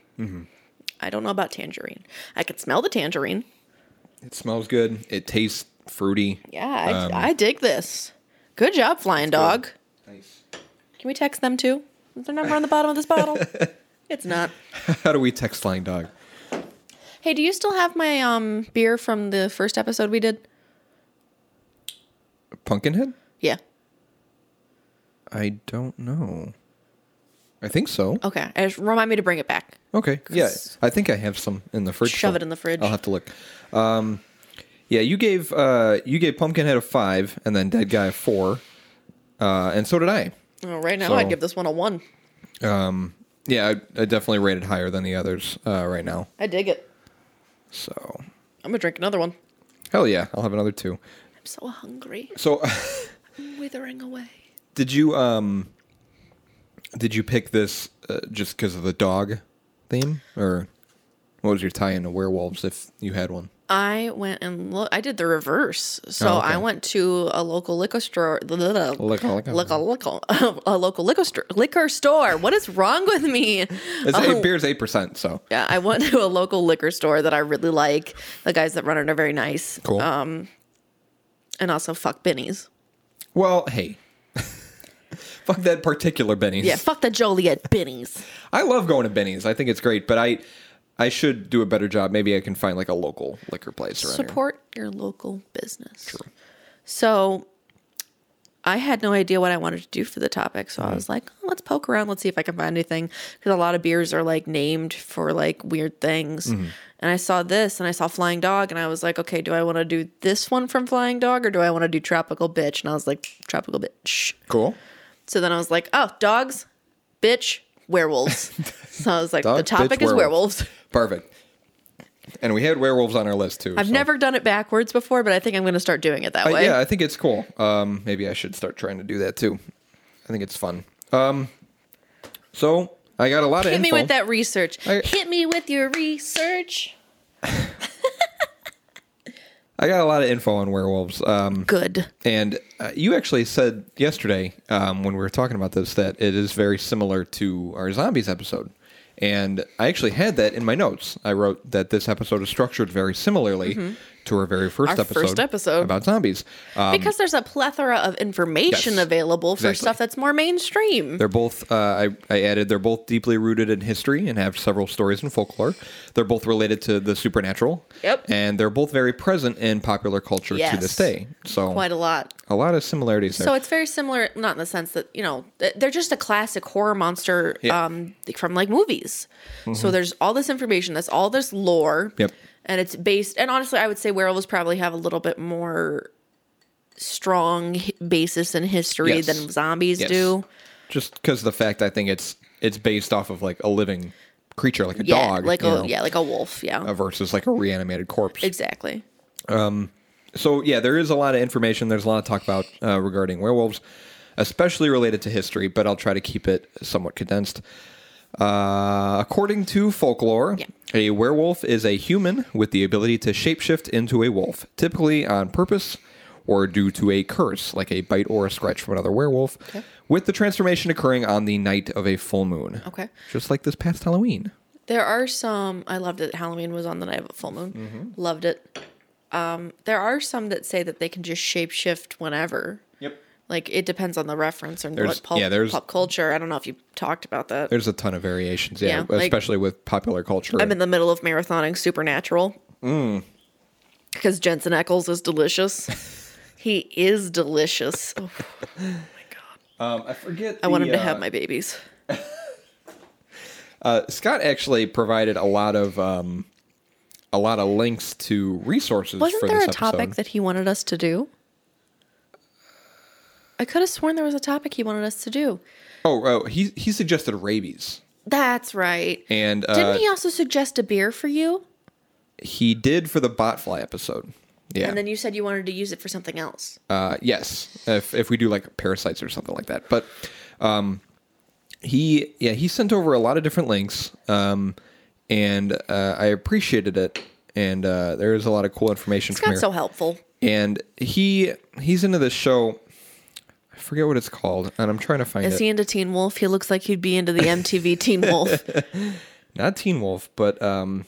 [SPEAKER 1] I don't know about tangerine. I could smell the tangerine.
[SPEAKER 2] It smells good. It tastes fruity.
[SPEAKER 1] Yeah, I, I dig this. Good job, Flying Dog.
[SPEAKER 2] Nice.
[SPEAKER 1] Can we text them too? Is their number on the bottom of this bottle? it's not.
[SPEAKER 2] How do we text Flying Dog?
[SPEAKER 1] Hey, do you still have my um beer from the first episode we did?
[SPEAKER 2] Pumpkinhead?
[SPEAKER 1] Yeah.
[SPEAKER 2] I don't know. I think so.
[SPEAKER 1] Okay. I just, remind me to bring it back.
[SPEAKER 2] Okay. Yeah,
[SPEAKER 1] 'Cause-
[SPEAKER 2] I think I have some in the fridge.
[SPEAKER 1] Shove
[SPEAKER 2] still.
[SPEAKER 1] it in the fridge.
[SPEAKER 2] I'll have to look. Um, yeah, you gave uh, you gave Pumpkinhead a five, and then Dead Guy a four, uh, and so did I.
[SPEAKER 1] Oh, right now,
[SPEAKER 2] So-
[SPEAKER 1] I'd give this one a one.
[SPEAKER 2] Yeah, I, I definitely rated higher than the others uh, right now.
[SPEAKER 1] I dig it.
[SPEAKER 2] So
[SPEAKER 1] I'm gonna drink another one.
[SPEAKER 2] hell yeah, I'll have another two.
[SPEAKER 1] I'm so hungry.
[SPEAKER 2] So
[SPEAKER 1] I'm withering away.
[SPEAKER 2] did you um did you pick this uh, just because of the dog theme, or what was your tie into werewolves if you had one?
[SPEAKER 1] I went and look. I did the reverse. So
[SPEAKER 2] Oh, okay.
[SPEAKER 1] I went to a local liquor store. Liquor,
[SPEAKER 2] Liquor, liquor.
[SPEAKER 1] local, a local liquor store. Liquor store. What is wrong with me?
[SPEAKER 2] It's
[SPEAKER 1] Oh,
[SPEAKER 2] eight, beer's eight percent, so
[SPEAKER 1] yeah, I went to a local liquor store that I really like. The guys that run it are very nice.
[SPEAKER 2] cool.
[SPEAKER 1] And also, fuck Benny's.
[SPEAKER 2] Well, hey. Fuck that particular Benny's.
[SPEAKER 1] Yeah, fuck the Joliet Benny's.
[SPEAKER 2] I love going to Benny's. I think it's great, but I I should do a better job. Maybe I can find like a local liquor place around here.
[SPEAKER 1] Support your local business. So I had no idea what I wanted to do for the topic.
[SPEAKER 2] Mm-hmm.
[SPEAKER 1] So I was like, oh, let's poke around. Let's see if I can find anything. Because a lot of beers are like named for like weird things.
[SPEAKER 2] Mm-hmm.
[SPEAKER 1] And I saw this and I saw Flying Dog. And I was like, okay, do I want to do this one from Flying Dog or do I want to do Tropical Bitch? And I was like, Tropical Bitch.
[SPEAKER 2] Cool.
[SPEAKER 1] So then I was like, oh, dogs, bitch, werewolves. so I was like, the
[SPEAKER 2] Dog, bitch,
[SPEAKER 1] topic is
[SPEAKER 2] werewolves.
[SPEAKER 1] werewolves.
[SPEAKER 2] Perfect. And we had werewolves on our list too.
[SPEAKER 1] I've never done it backwards before, but I think I'm going to start doing it that way.
[SPEAKER 2] Uh, yeah, I think it's cool. Um, maybe I should start trying to do that too. I think it's fun. Um, so I got a lot of
[SPEAKER 1] Hit me
[SPEAKER 2] info.
[SPEAKER 1] with that research.
[SPEAKER 2] I-
[SPEAKER 1] Hit me with your research.
[SPEAKER 2] I got a lot of info on werewolves. Um,
[SPEAKER 1] Good.
[SPEAKER 2] And uh, you actually said yesterday um, when we were talking about this that it is very similar to our zombies episode. And I actually had that in my notes. I wrote that this episode is structured very similarly to our very
[SPEAKER 1] Mm-hmm.
[SPEAKER 2] first
[SPEAKER 1] Our
[SPEAKER 2] episode.
[SPEAKER 1] first episode.
[SPEAKER 2] about zombies. Um,
[SPEAKER 1] Because there's a plethora of information
[SPEAKER 2] yes,
[SPEAKER 1] available for
[SPEAKER 2] exactly.
[SPEAKER 1] stuff that's more mainstream.
[SPEAKER 2] they're both. Uh, I, I added. They're both deeply rooted in history and have several stories and folklore. They're both related to the supernatural.
[SPEAKER 1] Yep.
[SPEAKER 2] And they're both very present in popular culture to
[SPEAKER 1] Yes.
[SPEAKER 2] this day. So
[SPEAKER 1] Quite a lot.
[SPEAKER 2] a lot of similarities there.
[SPEAKER 1] So it's very similar, not in the sense that, you know, th- they're just a classic horror monster
[SPEAKER 2] Yeah. Mm-hmm.
[SPEAKER 1] um, from like movies. So there's all this information, that's all this lore.
[SPEAKER 2] Yep.
[SPEAKER 1] And it's based, and honestly, I would say werewolves probably have a little bit more strong hi- basis in history
[SPEAKER 2] Yes.
[SPEAKER 1] than zombies
[SPEAKER 2] Yes.
[SPEAKER 1] do.
[SPEAKER 2] just because the fact I think it's it's based off of like a living creature, like a
[SPEAKER 1] Yeah,
[SPEAKER 2] dog,
[SPEAKER 1] like a
[SPEAKER 2] you know,
[SPEAKER 1] yeah, like a wolf. Yeah,
[SPEAKER 2] uh, versus like a reanimated corpse.
[SPEAKER 1] exactly.
[SPEAKER 2] so yeah, there is a lot of information. There's a lot to talk about uh, regarding werewolves, especially related to history. But I'll try to keep it somewhat condensed. Uh, according to folklore,
[SPEAKER 1] Yeah.
[SPEAKER 2] a werewolf is a human with the ability to shapeshift into a wolf, typically on purpose or due to a curse, like a bite or a scratch from another werewolf, with the transformation occurring on the night of a full moon.
[SPEAKER 1] Okay.
[SPEAKER 2] Just like this past Halloween.
[SPEAKER 1] There are some. I loved it. Halloween was on the night of a full moon.
[SPEAKER 2] Mm-hmm.
[SPEAKER 1] Loved it. Um, there are some that say that they can just shapeshift whenever.
[SPEAKER 2] Yep.
[SPEAKER 1] Like it depends on the reference and
[SPEAKER 2] There's-
[SPEAKER 1] what pulp,
[SPEAKER 2] yeah, there's-
[SPEAKER 1] pop culture. I don't know if you talked about that.
[SPEAKER 2] There's a ton of variations, yeah,
[SPEAKER 1] Yeah, like-
[SPEAKER 2] especially with popular culture.
[SPEAKER 1] I'm in the middle of marathoning Supernatural.
[SPEAKER 2] Mm.
[SPEAKER 1] Because Jensen Eccles is delicious. he is delicious. Oh,
[SPEAKER 2] um, I forget.
[SPEAKER 1] I want him to have my babies.
[SPEAKER 2] Uh, Scott actually provided a lot of um, a lot of links to resources
[SPEAKER 1] Wasn't
[SPEAKER 2] for
[SPEAKER 1] there a
[SPEAKER 2] this
[SPEAKER 1] topic
[SPEAKER 2] episode.
[SPEAKER 1] that he wanted us to do? I could have sworn there was a topic he wanted us to do.
[SPEAKER 2] Oh, oh, he he suggested rabies,
[SPEAKER 1] That's right.
[SPEAKER 2] and uh,
[SPEAKER 1] Didn't he also suggest a beer for you?
[SPEAKER 2] he did for the botfly episode. Yeah.
[SPEAKER 1] And then you said you wanted to use it for something else.
[SPEAKER 2] Uh, yes, if if we do like parasites or something like that. But um, he yeah he sent over a lot of different links, um, and uh, I appreciated it. And uh, there is a lot of cool information
[SPEAKER 1] It's
[SPEAKER 2] from
[SPEAKER 1] not
[SPEAKER 2] here.
[SPEAKER 1] so helpful.
[SPEAKER 2] and he he's into this show. I forget what it's called, and I'm trying to find
[SPEAKER 1] Is
[SPEAKER 2] it.
[SPEAKER 1] he into Teen Wolf? He looks like he'd be into the MTV Teen Wolf.
[SPEAKER 2] Not Teen Wolf, but um,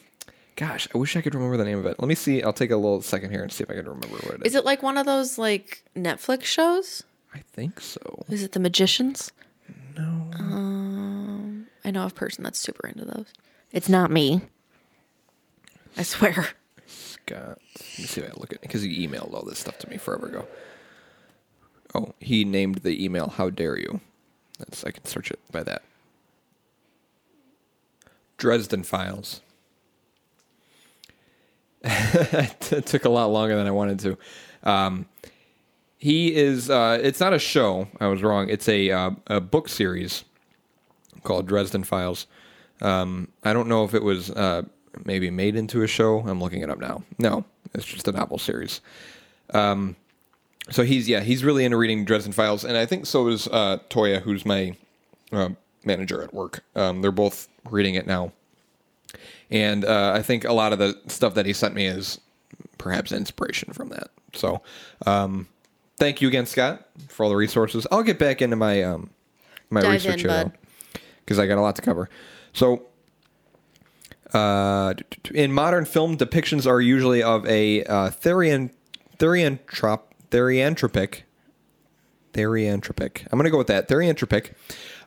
[SPEAKER 2] gosh, I wish I could remember the name of it. Let me see. I'll take a little second here and see if I can remember what it is.
[SPEAKER 1] Is it like one of those like Netflix shows?
[SPEAKER 2] I think so.
[SPEAKER 1] Is it The Magicians? No. Um, I know a person that's super into those. It's not me. I swear.
[SPEAKER 2] Scott. uh, Let me see if I look at because he emailed all this stuff to me forever ago. Oh, he named the email "How dare you." That's I can search it by that. Dresden Files. it took a lot longer than I wanted to. Um, he is. Uh, it's not a show. I was wrong. It's a uh, a book series called Dresden Files. Um, I don't know if it was uh, maybe made into a show. I'm looking it up now. No, it's just a novel series. Um, so he's yeah, he's really into reading Dresden Files, and I think so is uh, Toya, who's my uh, manager at work. Um, they're both reading it now, and uh, I think a lot of the stuff that he sent me is perhaps inspiration from that. So, um, thank you again, Scott, for all the resources. I'll get back into my um, my
[SPEAKER 1] Dive
[SPEAKER 2] research
[SPEAKER 1] in,
[SPEAKER 2] here
[SPEAKER 1] bud.
[SPEAKER 2] because I got a lot to cover. So, uh, in modern film, depictions are usually of a uh, therian, theriantrop, theriantropic, theriantropic. I'm going to go with that. Theriantropic.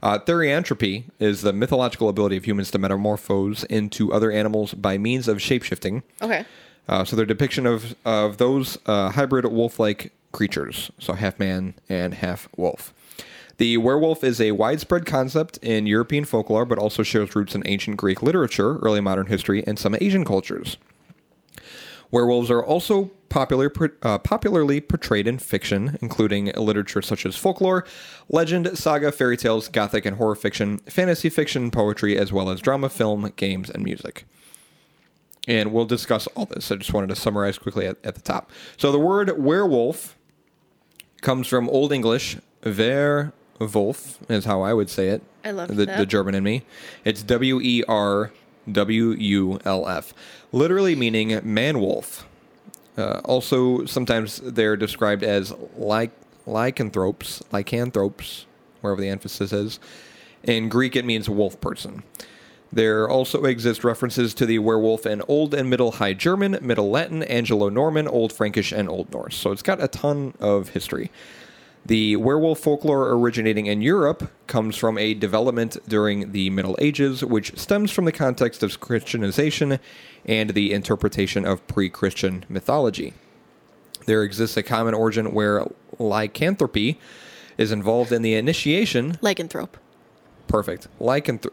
[SPEAKER 2] Uh, theriantropy is the mythological ability of humans to metamorphose into other animals by means of shapeshifting.
[SPEAKER 1] Okay.
[SPEAKER 2] Uh, so their depiction of of those uh, hybrid wolf-like creatures, so half man and half wolf. The werewolf is a widespread concept in European folklore, but also shares roots in ancient Greek literature, early modern history, and some Asian cultures. Werewolves are also popular, uh, popularly portrayed in fiction, including literature such as folklore, legend, saga, fairy tales, gothic and horror fiction, fantasy fiction, poetry, as well as drama, film, games, and music and we'll discuss all this. I just wanted to summarize quickly at, at the top. So the word werewolf comes from Old English "werwolf" is how I would say it.
[SPEAKER 1] I love
[SPEAKER 2] the,
[SPEAKER 1] that.
[SPEAKER 2] the German in me. It's W E R W U L F, literally meaning man wolf. Uh, also, sometimes they're described as ly- lycanthropes, lycanthropes, wherever the emphasis is. In Greek, it means wolf person. There also exist references to the werewolf in Old and Middle High German, Middle Latin, Anglo Norman, Old Frankish, and Old Norse. So it's got a ton of history. The werewolf folklore originating in Europe comes from a development during the Middle Ages, which stems from the context of Christianization and the interpretation of pre Christian mythology. There exists a common origin where lycanthropy is involved in the initiation
[SPEAKER 1] Lycanthrope.
[SPEAKER 2] Perfect. Lycanthro-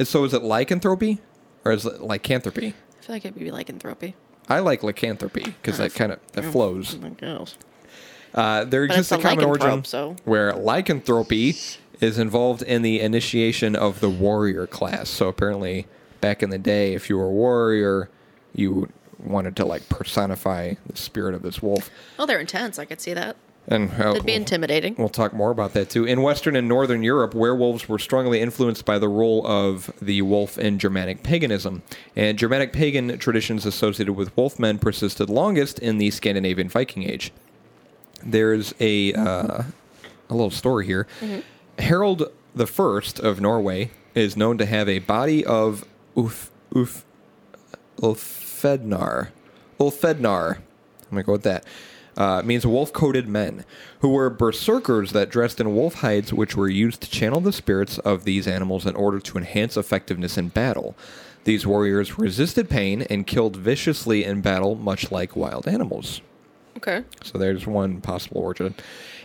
[SPEAKER 2] So is it lycanthropy or is it lycanthropy?
[SPEAKER 1] I feel like it'd be lycanthropy.
[SPEAKER 2] I like lycanthropy because that kind of that flows.
[SPEAKER 1] my gosh.
[SPEAKER 2] Uh, there
[SPEAKER 1] But it's
[SPEAKER 2] exists a
[SPEAKER 1] a
[SPEAKER 2] common origin
[SPEAKER 1] lycanthrope, so-
[SPEAKER 2] where lycanthropy is involved in the initiation of the warrior class. So apparently, back in the day, if you were a warrior, you wanted to like personify the spirit of this wolf.
[SPEAKER 1] Oh, they're intense. I could see that.
[SPEAKER 2] And uh,
[SPEAKER 1] That'd be
[SPEAKER 2] we'll-
[SPEAKER 1] intimidating.
[SPEAKER 2] We'll talk more about that too. In Western and Northern Europe, werewolves were strongly influenced by the role of the wolf in Germanic paganism. And Germanic pagan traditions associated with wolfmen persisted longest in the Scandinavian Viking Age. There's a uh, a little story here. Harold the First of Norway is known to have a body of Uf, Uf, Ulfednar. Ulfednar. I'm going to go with that. Uh, it means wolf coated men, who were berserkers that dressed in wolf hides, which were used to channel the spirits of these animals in order to enhance effectiveness in battle. These warriors resisted pain and killed viciously in battle, much like wild animals.
[SPEAKER 1] Okay.
[SPEAKER 2] So there's one possible origin.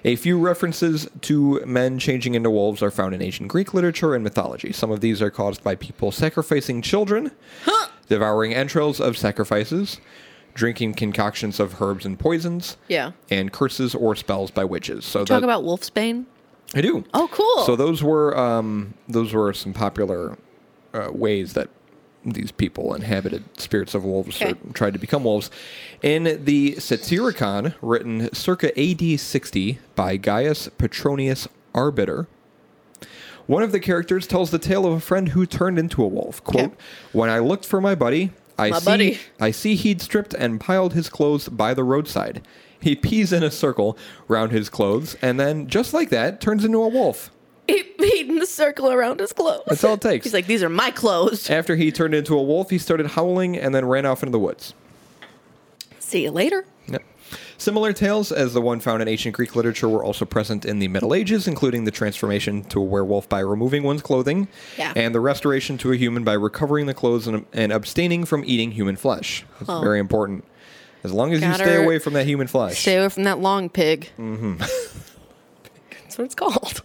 [SPEAKER 2] A few references to men changing into wolves are found in ancient Greek literature and mythology. Some of these are caused by people sacrificing children, devouring entrails of sacrifices, drinking concoctions of herbs and poisons,
[SPEAKER 1] Yeah.
[SPEAKER 2] and curses or spells by witches. So
[SPEAKER 1] Talk
[SPEAKER 2] that-
[SPEAKER 1] about Wolfsbane.
[SPEAKER 2] I do.
[SPEAKER 1] Oh, cool.
[SPEAKER 2] So those were um, those were some popular uh, ways that these people inhabited spirits of wolves
[SPEAKER 1] Okay.
[SPEAKER 2] or tried to become wolves. In the Satyricon, written circa AD 60 by Gaius Petronius Arbiter, one of the characters tells the tale of a friend who turned into a wolf. Quote,
[SPEAKER 1] Okay.
[SPEAKER 2] When I looked for my buddy, I
[SPEAKER 1] My
[SPEAKER 2] see
[SPEAKER 1] buddy.
[SPEAKER 2] I see he'd stripped and piled his clothes by the roadside. He pees in a circle round his clothes and then, just like that, turns into a wolf.
[SPEAKER 1] He beat in the circle around his clothes.
[SPEAKER 2] That's all it takes.
[SPEAKER 1] He's like, these are my clothes.
[SPEAKER 2] After he turned into a wolf, he started howling and then ran off into the woods.
[SPEAKER 1] See you later.
[SPEAKER 2] Yep. Similar tales as the one found in ancient Greek literature were also present in the Middle Ages, including the transformation to a werewolf by removing one's clothing,
[SPEAKER 1] Yeah.
[SPEAKER 2] and the restoration to a human by recovering the clothes and, and abstaining from eating human flesh. That's
[SPEAKER 1] Huh.
[SPEAKER 2] very important. As long as
[SPEAKER 1] Gotta
[SPEAKER 2] you stay away from that human flesh.
[SPEAKER 1] Stay away from that long pig. Mm-hmm. That's what it's called.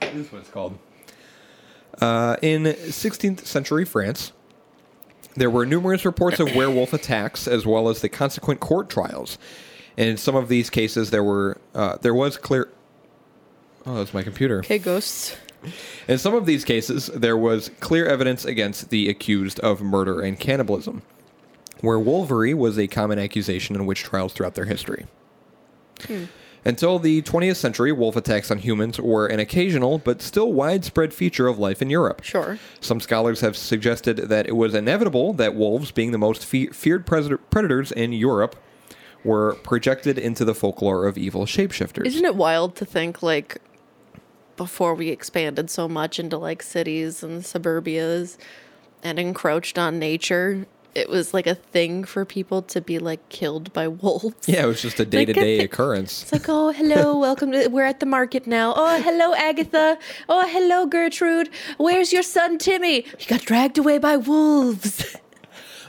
[SPEAKER 2] This is what it's called. Uh, in 16th century France, there were numerous reports of werewolf attacks as well as the consequent court trials. And in some of these cases, there were uh, there was clear. Oh, that's my computer.
[SPEAKER 1] Okay, ghosts.
[SPEAKER 2] In some of these cases, there was clear evidence against the accused of murder and cannibalism, where wolvery was a common accusation in witch trials throughout their history. Hmm. Until the 20th century, wolf attacks on humans were an occasional but still widespread feature of life in Europe.
[SPEAKER 1] Sure.
[SPEAKER 2] Some scholars have suggested that it was inevitable that wolves, being the most fe- feared pres- predators in Europe, were projected into the folklore of evil shapeshifters.
[SPEAKER 1] Isn't it wild to think like before we expanded so much into like cities and suburbias and encroached on nature, it was like a thing for people to be like killed by wolves.
[SPEAKER 2] yeah, it was just a day to day
[SPEAKER 1] thi-
[SPEAKER 2] occurrence.
[SPEAKER 1] It's like, oh, hello, welcome to. We're at the market now. Oh, hello, Agatha. Oh, hello, Gertrude. Where's your son, Timmy? He got dragged away by wolves.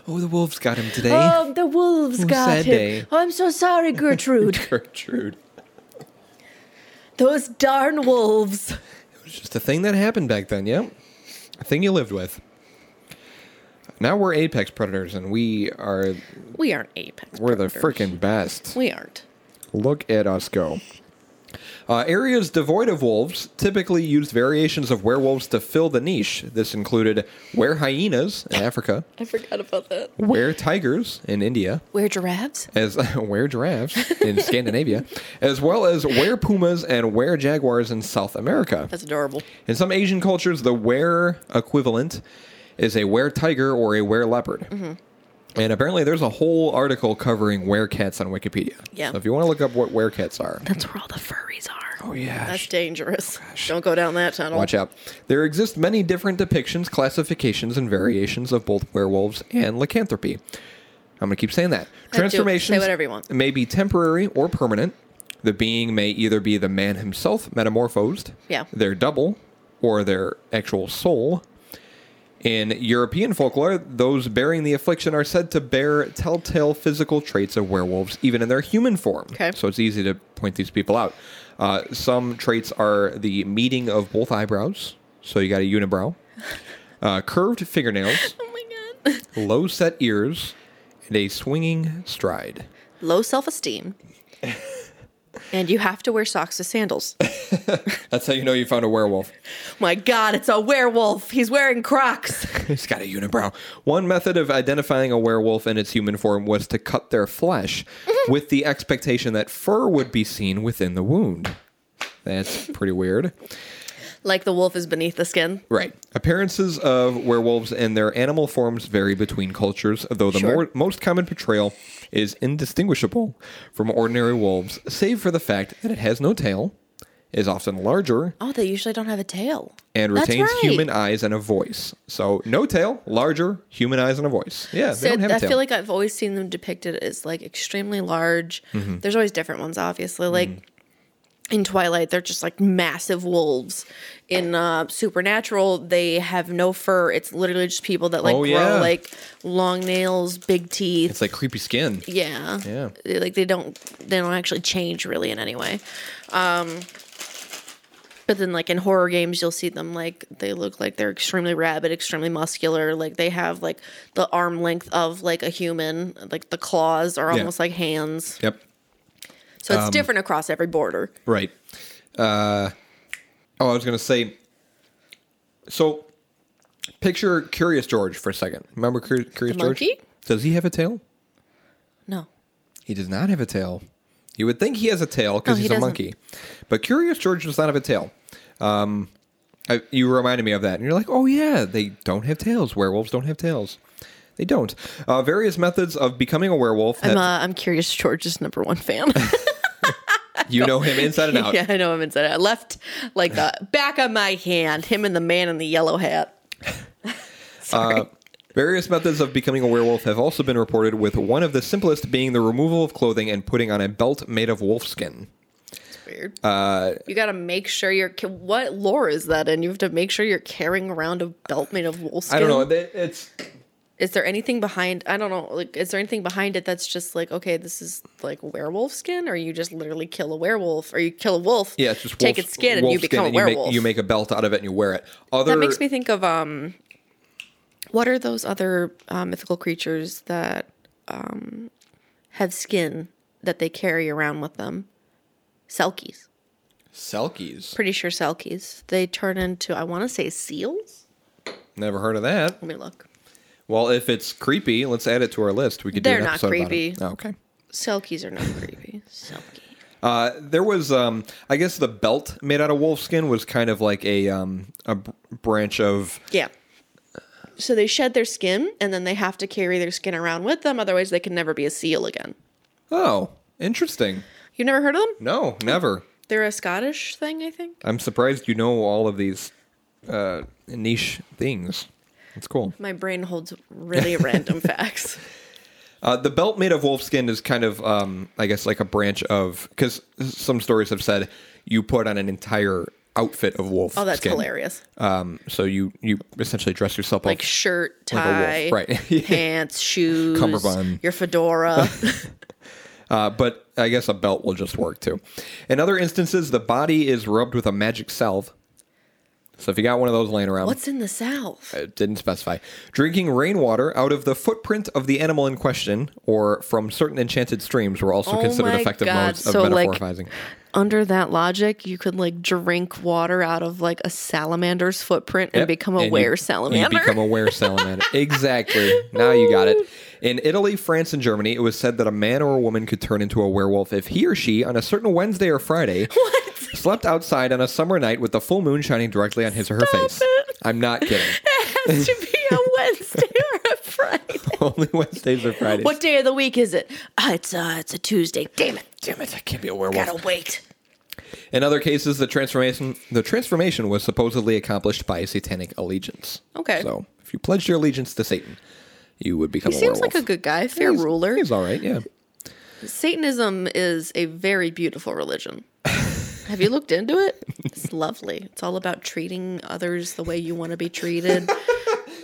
[SPEAKER 2] Oh, the wolves got him today.
[SPEAKER 1] Oh, the wolves got
[SPEAKER 2] sad
[SPEAKER 1] him.
[SPEAKER 2] day.
[SPEAKER 1] Oh, I'm so sorry, Gertrude.
[SPEAKER 2] Gertrude.
[SPEAKER 1] Those darn wolves.
[SPEAKER 2] It was just a thing that happened back then, yeah? A thing you lived with. Now we're apex predators and we are
[SPEAKER 1] We aren't apex.
[SPEAKER 2] we're the
[SPEAKER 1] predators.
[SPEAKER 2] freaking best.
[SPEAKER 1] We aren't.
[SPEAKER 2] Look at us go. Uh, areas devoid of wolves typically used variations of werewolves to fill the niche. This included were hyenas in Africa,
[SPEAKER 1] I forgot about that.
[SPEAKER 2] were tigers in India,
[SPEAKER 1] We're giraffes.
[SPEAKER 2] as were giraffes in Scandinavia, as well as were pumas and were jaguars in South America.
[SPEAKER 1] That's adorable.
[SPEAKER 2] In some Asian cultures, the were equivalent is a were tiger or a were leopard.
[SPEAKER 1] Mm-hmm.
[SPEAKER 2] And apparently, there's a whole article covering were cats on Wikipedia.
[SPEAKER 1] Yeah.
[SPEAKER 2] So if you want to look up what were cats are,
[SPEAKER 1] That's where all the furries are.
[SPEAKER 2] oh yeah,
[SPEAKER 1] That's dangerous. Don't go down that tunnel.
[SPEAKER 2] watch out. There exist many different depictions, classifications, and variations of both werewolves and lycanthropy. I'm gonna keep saying that.
[SPEAKER 1] do. Say
[SPEAKER 2] Transformations
[SPEAKER 1] whatever you want.
[SPEAKER 2] may be temporary or permanent. The being may either be the man himself metamorphosed,
[SPEAKER 1] Yeah.
[SPEAKER 2] their double, or their actual soul. In European folklore, those bearing the affliction are said to bear telltale physical traits of werewolves, even in their human form.
[SPEAKER 1] Okay.
[SPEAKER 2] So it's easy to point these people out. Uh, some traits are the meeting of both eyebrows, so you got a unibrow, uh, curved fingernails,
[SPEAKER 1] Oh my god.
[SPEAKER 2] low set ears, and a swinging stride.
[SPEAKER 1] Low self esteem. and you have to wear socks with sandals.
[SPEAKER 2] That's how you know you found a werewolf.
[SPEAKER 1] my god, it's a werewolf. He's wearing Crocs.
[SPEAKER 2] He's got a unibrow. One method of identifying a werewolf in its human form was to cut their flesh with the expectation that fur would be seen within the wound. That's pretty weird.
[SPEAKER 1] like the wolf is beneath the skin.
[SPEAKER 2] Right. Appearances of werewolves and their animal forms vary between cultures, though the
[SPEAKER 1] Sure.
[SPEAKER 2] more, most common portrayal is indistinguishable from ordinary wolves, save for the fact that it has no tail, is often larger,
[SPEAKER 1] Oh, they usually don't have a tail.
[SPEAKER 2] and
[SPEAKER 1] That's
[SPEAKER 2] retains
[SPEAKER 1] right.
[SPEAKER 2] human eyes and a voice. So no tail, larger, human eyes and a voice. Yeah,
[SPEAKER 1] So
[SPEAKER 2] they don't have a
[SPEAKER 1] I
[SPEAKER 2] tail.
[SPEAKER 1] feel like I've always seen them depicted as like extremely large.
[SPEAKER 2] Mm-hmm.
[SPEAKER 1] There's always different ones, obviously. Like in Twilight, they're just like massive wolves. In uh, Supernatural, they have no fur. It's literally just people that like
[SPEAKER 2] Oh,
[SPEAKER 1] grow
[SPEAKER 2] yeah.
[SPEAKER 1] like long nails, big teeth.
[SPEAKER 2] It's like creepy skin.
[SPEAKER 1] yeah.
[SPEAKER 2] Yeah.
[SPEAKER 1] They- Like they don't they don't actually change really in any way. Um But then, like in horror games, you'll see them like they look like they're extremely rabid, extremely muscular. Like they have like the arm length of like a human. Like the claws are
[SPEAKER 2] Yeah. Um,
[SPEAKER 1] almost like hands.
[SPEAKER 2] Yep.
[SPEAKER 1] So it's different across every border.
[SPEAKER 2] Right. Uh, oh, I was going to say. So, picture Curious George for a second. Remember Cur- Curious George?
[SPEAKER 1] monkey?
[SPEAKER 2] Does he have a tail?
[SPEAKER 1] No.
[SPEAKER 2] He does not have a tail. You would think he has a tail because
[SPEAKER 1] No, Oh, he
[SPEAKER 2] he's a
[SPEAKER 1] doesn't.
[SPEAKER 2] monkey, but Curious George does not have a tail. Um, I, you reminded me of that, and you're like, oh yeah, they don't have tails. Werewolves don't have tails. They don't. Uh, various methods of becoming a werewolf.
[SPEAKER 1] I'm,
[SPEAKER 2] that-
[SPEAKER 1] uh, I'm curious George's number one fan.
[SPEAKER 2] you know him inside and out.
[SPEAKER 1] yeah, I know him inside out. Left like the back of my hand, him and the man in the yellow hat. Sorry.
[SPEAKER 2] Uh, various methods of becoming a werewolf have also been reported, with one of the simplest being the removal of clothing and putting on a belt made of wolf skin.
[SPEAKER 1] It's weird.
[SPEAKER 2] Uh,
[SPEAKER 1] you got to make sure you're. ca- What lore is that in? You have to make sure you're carrying around a belt made of wool skin.
[SPEAKER 2] I don't know. They- It's
[SPEAKER 1] Is there anything behind? I don't know. Like, is there anything behind it that's just like, okay, this is like werewolf skin, or you just literally kill a werewolf, or you kill a wolf?
[SPEAKER 2] yeah, it's just
[SPEAKER 1] take
[SPEAKER 2] wolf-
[SPEAKER 1] its skin and
[SPEAKER 2] wolf
[SPEAKER 1] you become
[SPEAKER 2] and
[SPEAKER 1] a
[SPEAKER 2] you make-
[SPEAKER 1] werewolf.
[SPEAKER 2] You make, a belt out of it and you wear it. Other
[SPEAKER 1] that makes me think of um, what are those other uh, mythical creatures that um have skin that they carry around with them? Selkies.
[SPEAKER 2] selkies.
[SPEAKER 1] Pretty sure selkies. They turn into I want to say seals.
[SPEAKER 2] Never heard of that.
[SPEAKER 1] Let me look.
[SPEAKER 2] Well, if it's creepy, let's add it to our list. We could.
[SPEAKER 1] They're
[SPEAKER 2] do an
[SPEAKER 1] not
[SPEAKER 2] episode about it.
[SPEAKER 1] creepy.
[SPEAKER 2] Oh, okay.
[SPEAKER 1] Selkies are not creepy. Selkie.
[SPEAKER 2] Uh, there was, um, I guess, the belt made out of wolf skin was kind of like a um, a b- branch of
[SPEAKER 1] Yeah. So they shed their skin and then they have to carry their skin around with them. Otherwise, they can never be a seal again.
[SPEAKER 2] oh, interesting.
[SPEAKER 1] You've never heard of them?
[SPEAKER 2] No, never.
[SPEAKER 1] They're a Scottish thing, I think.
[SPEAKER 2] I'm surprised you know all of these uh, niche things. That's cool.
[SPEAKER 1] My brain holds really random facts.
[SPEAKER 2] Uh, the belt made of wolf skin is kind of, um, I guess, like a branch of because some stories have said you put on an entire outfit of wolf.
[SPEAKER 1] Oh, that's
[SPEAKER 2] skin.
[SPEAKER 1] hilarious.
[SPEAKER 2] Um, so you you essentially dress yourself
[SPEAKER 1] Like
[SPEAKER 2] up.
[SPEAKER 1] shirt,
[SPEAKER 2] Like a
[SPEAKER 1] tie,
[SPEAKER 2] wolf, right.
[SPEAKER 1] pants, shoes,
[SPEAKER 2] Cummerbund.
[SPEAKER 1] your fedora.
[SPEAKER 2] Uh, but I guess a belt will just work too. In other instances, the body is rubbed with a magic salve. So if you got one of those laying around,
[SPEAKER 1] What's in the South?
[SPEAKER 2] it didn't specify. Drinking rainwater out of the footprint of the animal in question or from certain enchanted streams were also
[SPEAKER 1] Oh
[SPEAKER 2] considered
[SPEAKER 1] my
[SPEAKER 2] effective
[SPEAKER 1] God,
[SPEAKER 2] modes of
[SPEAKER 1] so, like-
[SPEAKER 2] metaphorizing.
[SPEAKER 1] Under that logic, you could like drink water out of like a salamander's footprint and
[SPEAKER 2] Yep.
[SPEAKER 1] become a
[SPEAKER 2] And you-
[SPEAKER 1] were
[SPEAKER 2] You
[SPEAKER 1] salamander.
[SPEAKER 2] become a were salamander. exactly. Now you got it. In Italy, France, and Germany, it was said that a man or a woman could turn into a werewolf if he or she, on a certain Wednesday or Friday, slept outside on a summer night with the full moon shining directly on his or her face.
[SPEAKER 1] it.
[SPEAKER 2] I'm not kidding.
[SPEAKER 1] it has to be a Wednesday or a Friday.
[SPEAKER 2] Only Wednesdays or Fridays.
[SPEAKER 1] What day of the week is it? Uh, it's uh, it's a Tuesday. Damn it!
[SPEAKER 2] Damn it! I can't be a werewolf.
[SPEAKER 1] Gotta wait.
[SPEAKER 2] In other cases, the transformation the transformation was supposedly accomplished by a satanic allegiance.
[SPEAKER 1] Okay.
[SPEAKER 2] So if you pledged your allegiance to Satan, you would become
[SPEAKER 1] He
[SPEAKER 2] a
[SPEAKER 1] seems
[SPEAKER 2] werewolf.
[SPEAKER 1] like a good guy, fair
[SPEAKER 2] He's-
[SPEAKER 1] ruler.
[SPEAKER 2] He's all right. Yeah.
[SPEAKER 1] Satanism is a very beautiful religion. Have you looked into it? It's lovely. It's all about treating others the way you want to be treated.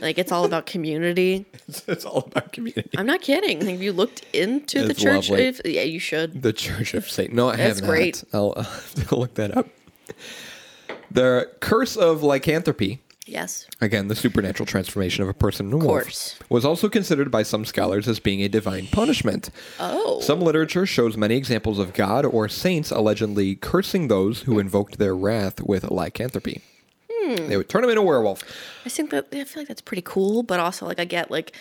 [SPEAKER 1] like it's all about community.
[SPEAKER 2] it's all about community.
[SPEAKER 1] I'm not kidding. Have you looked into the
[SPEAKER 2] It's
[SPEAKER 1] church?
[SPEAKER 2] lovely.
[SPEAKER 1] If- yeah, you should.
[SPEAKER 2] The Church of Satan. No, I
[SPEAKER 1] That's
[SPEAKER 2] have not.
[SPEAKER 1] great.
[SPEAKER 2] I'll, I'll have to look that up. The curse of lycanthropy,
[SPEAKER 1] Yes.
[SPEAKER 2] again, the supernatural transformation of a person into a
[SPEAKER 1] course.
[SPEAKER 2] wolf, was also considered by some scholars as being a divine punishment.
[SPEAKER 1] Oh.
[SPEAKER 2] Some literature shows many examples of God or saints allegedly cursing those who invoked their wrath with lycanthropy.
[SPEAKER 1] Hmm.
[SPEAKER 2] They would turn them into a werewolf.
[SPEAKER 1] I think that I feel like that's pretty cool, but also like I get like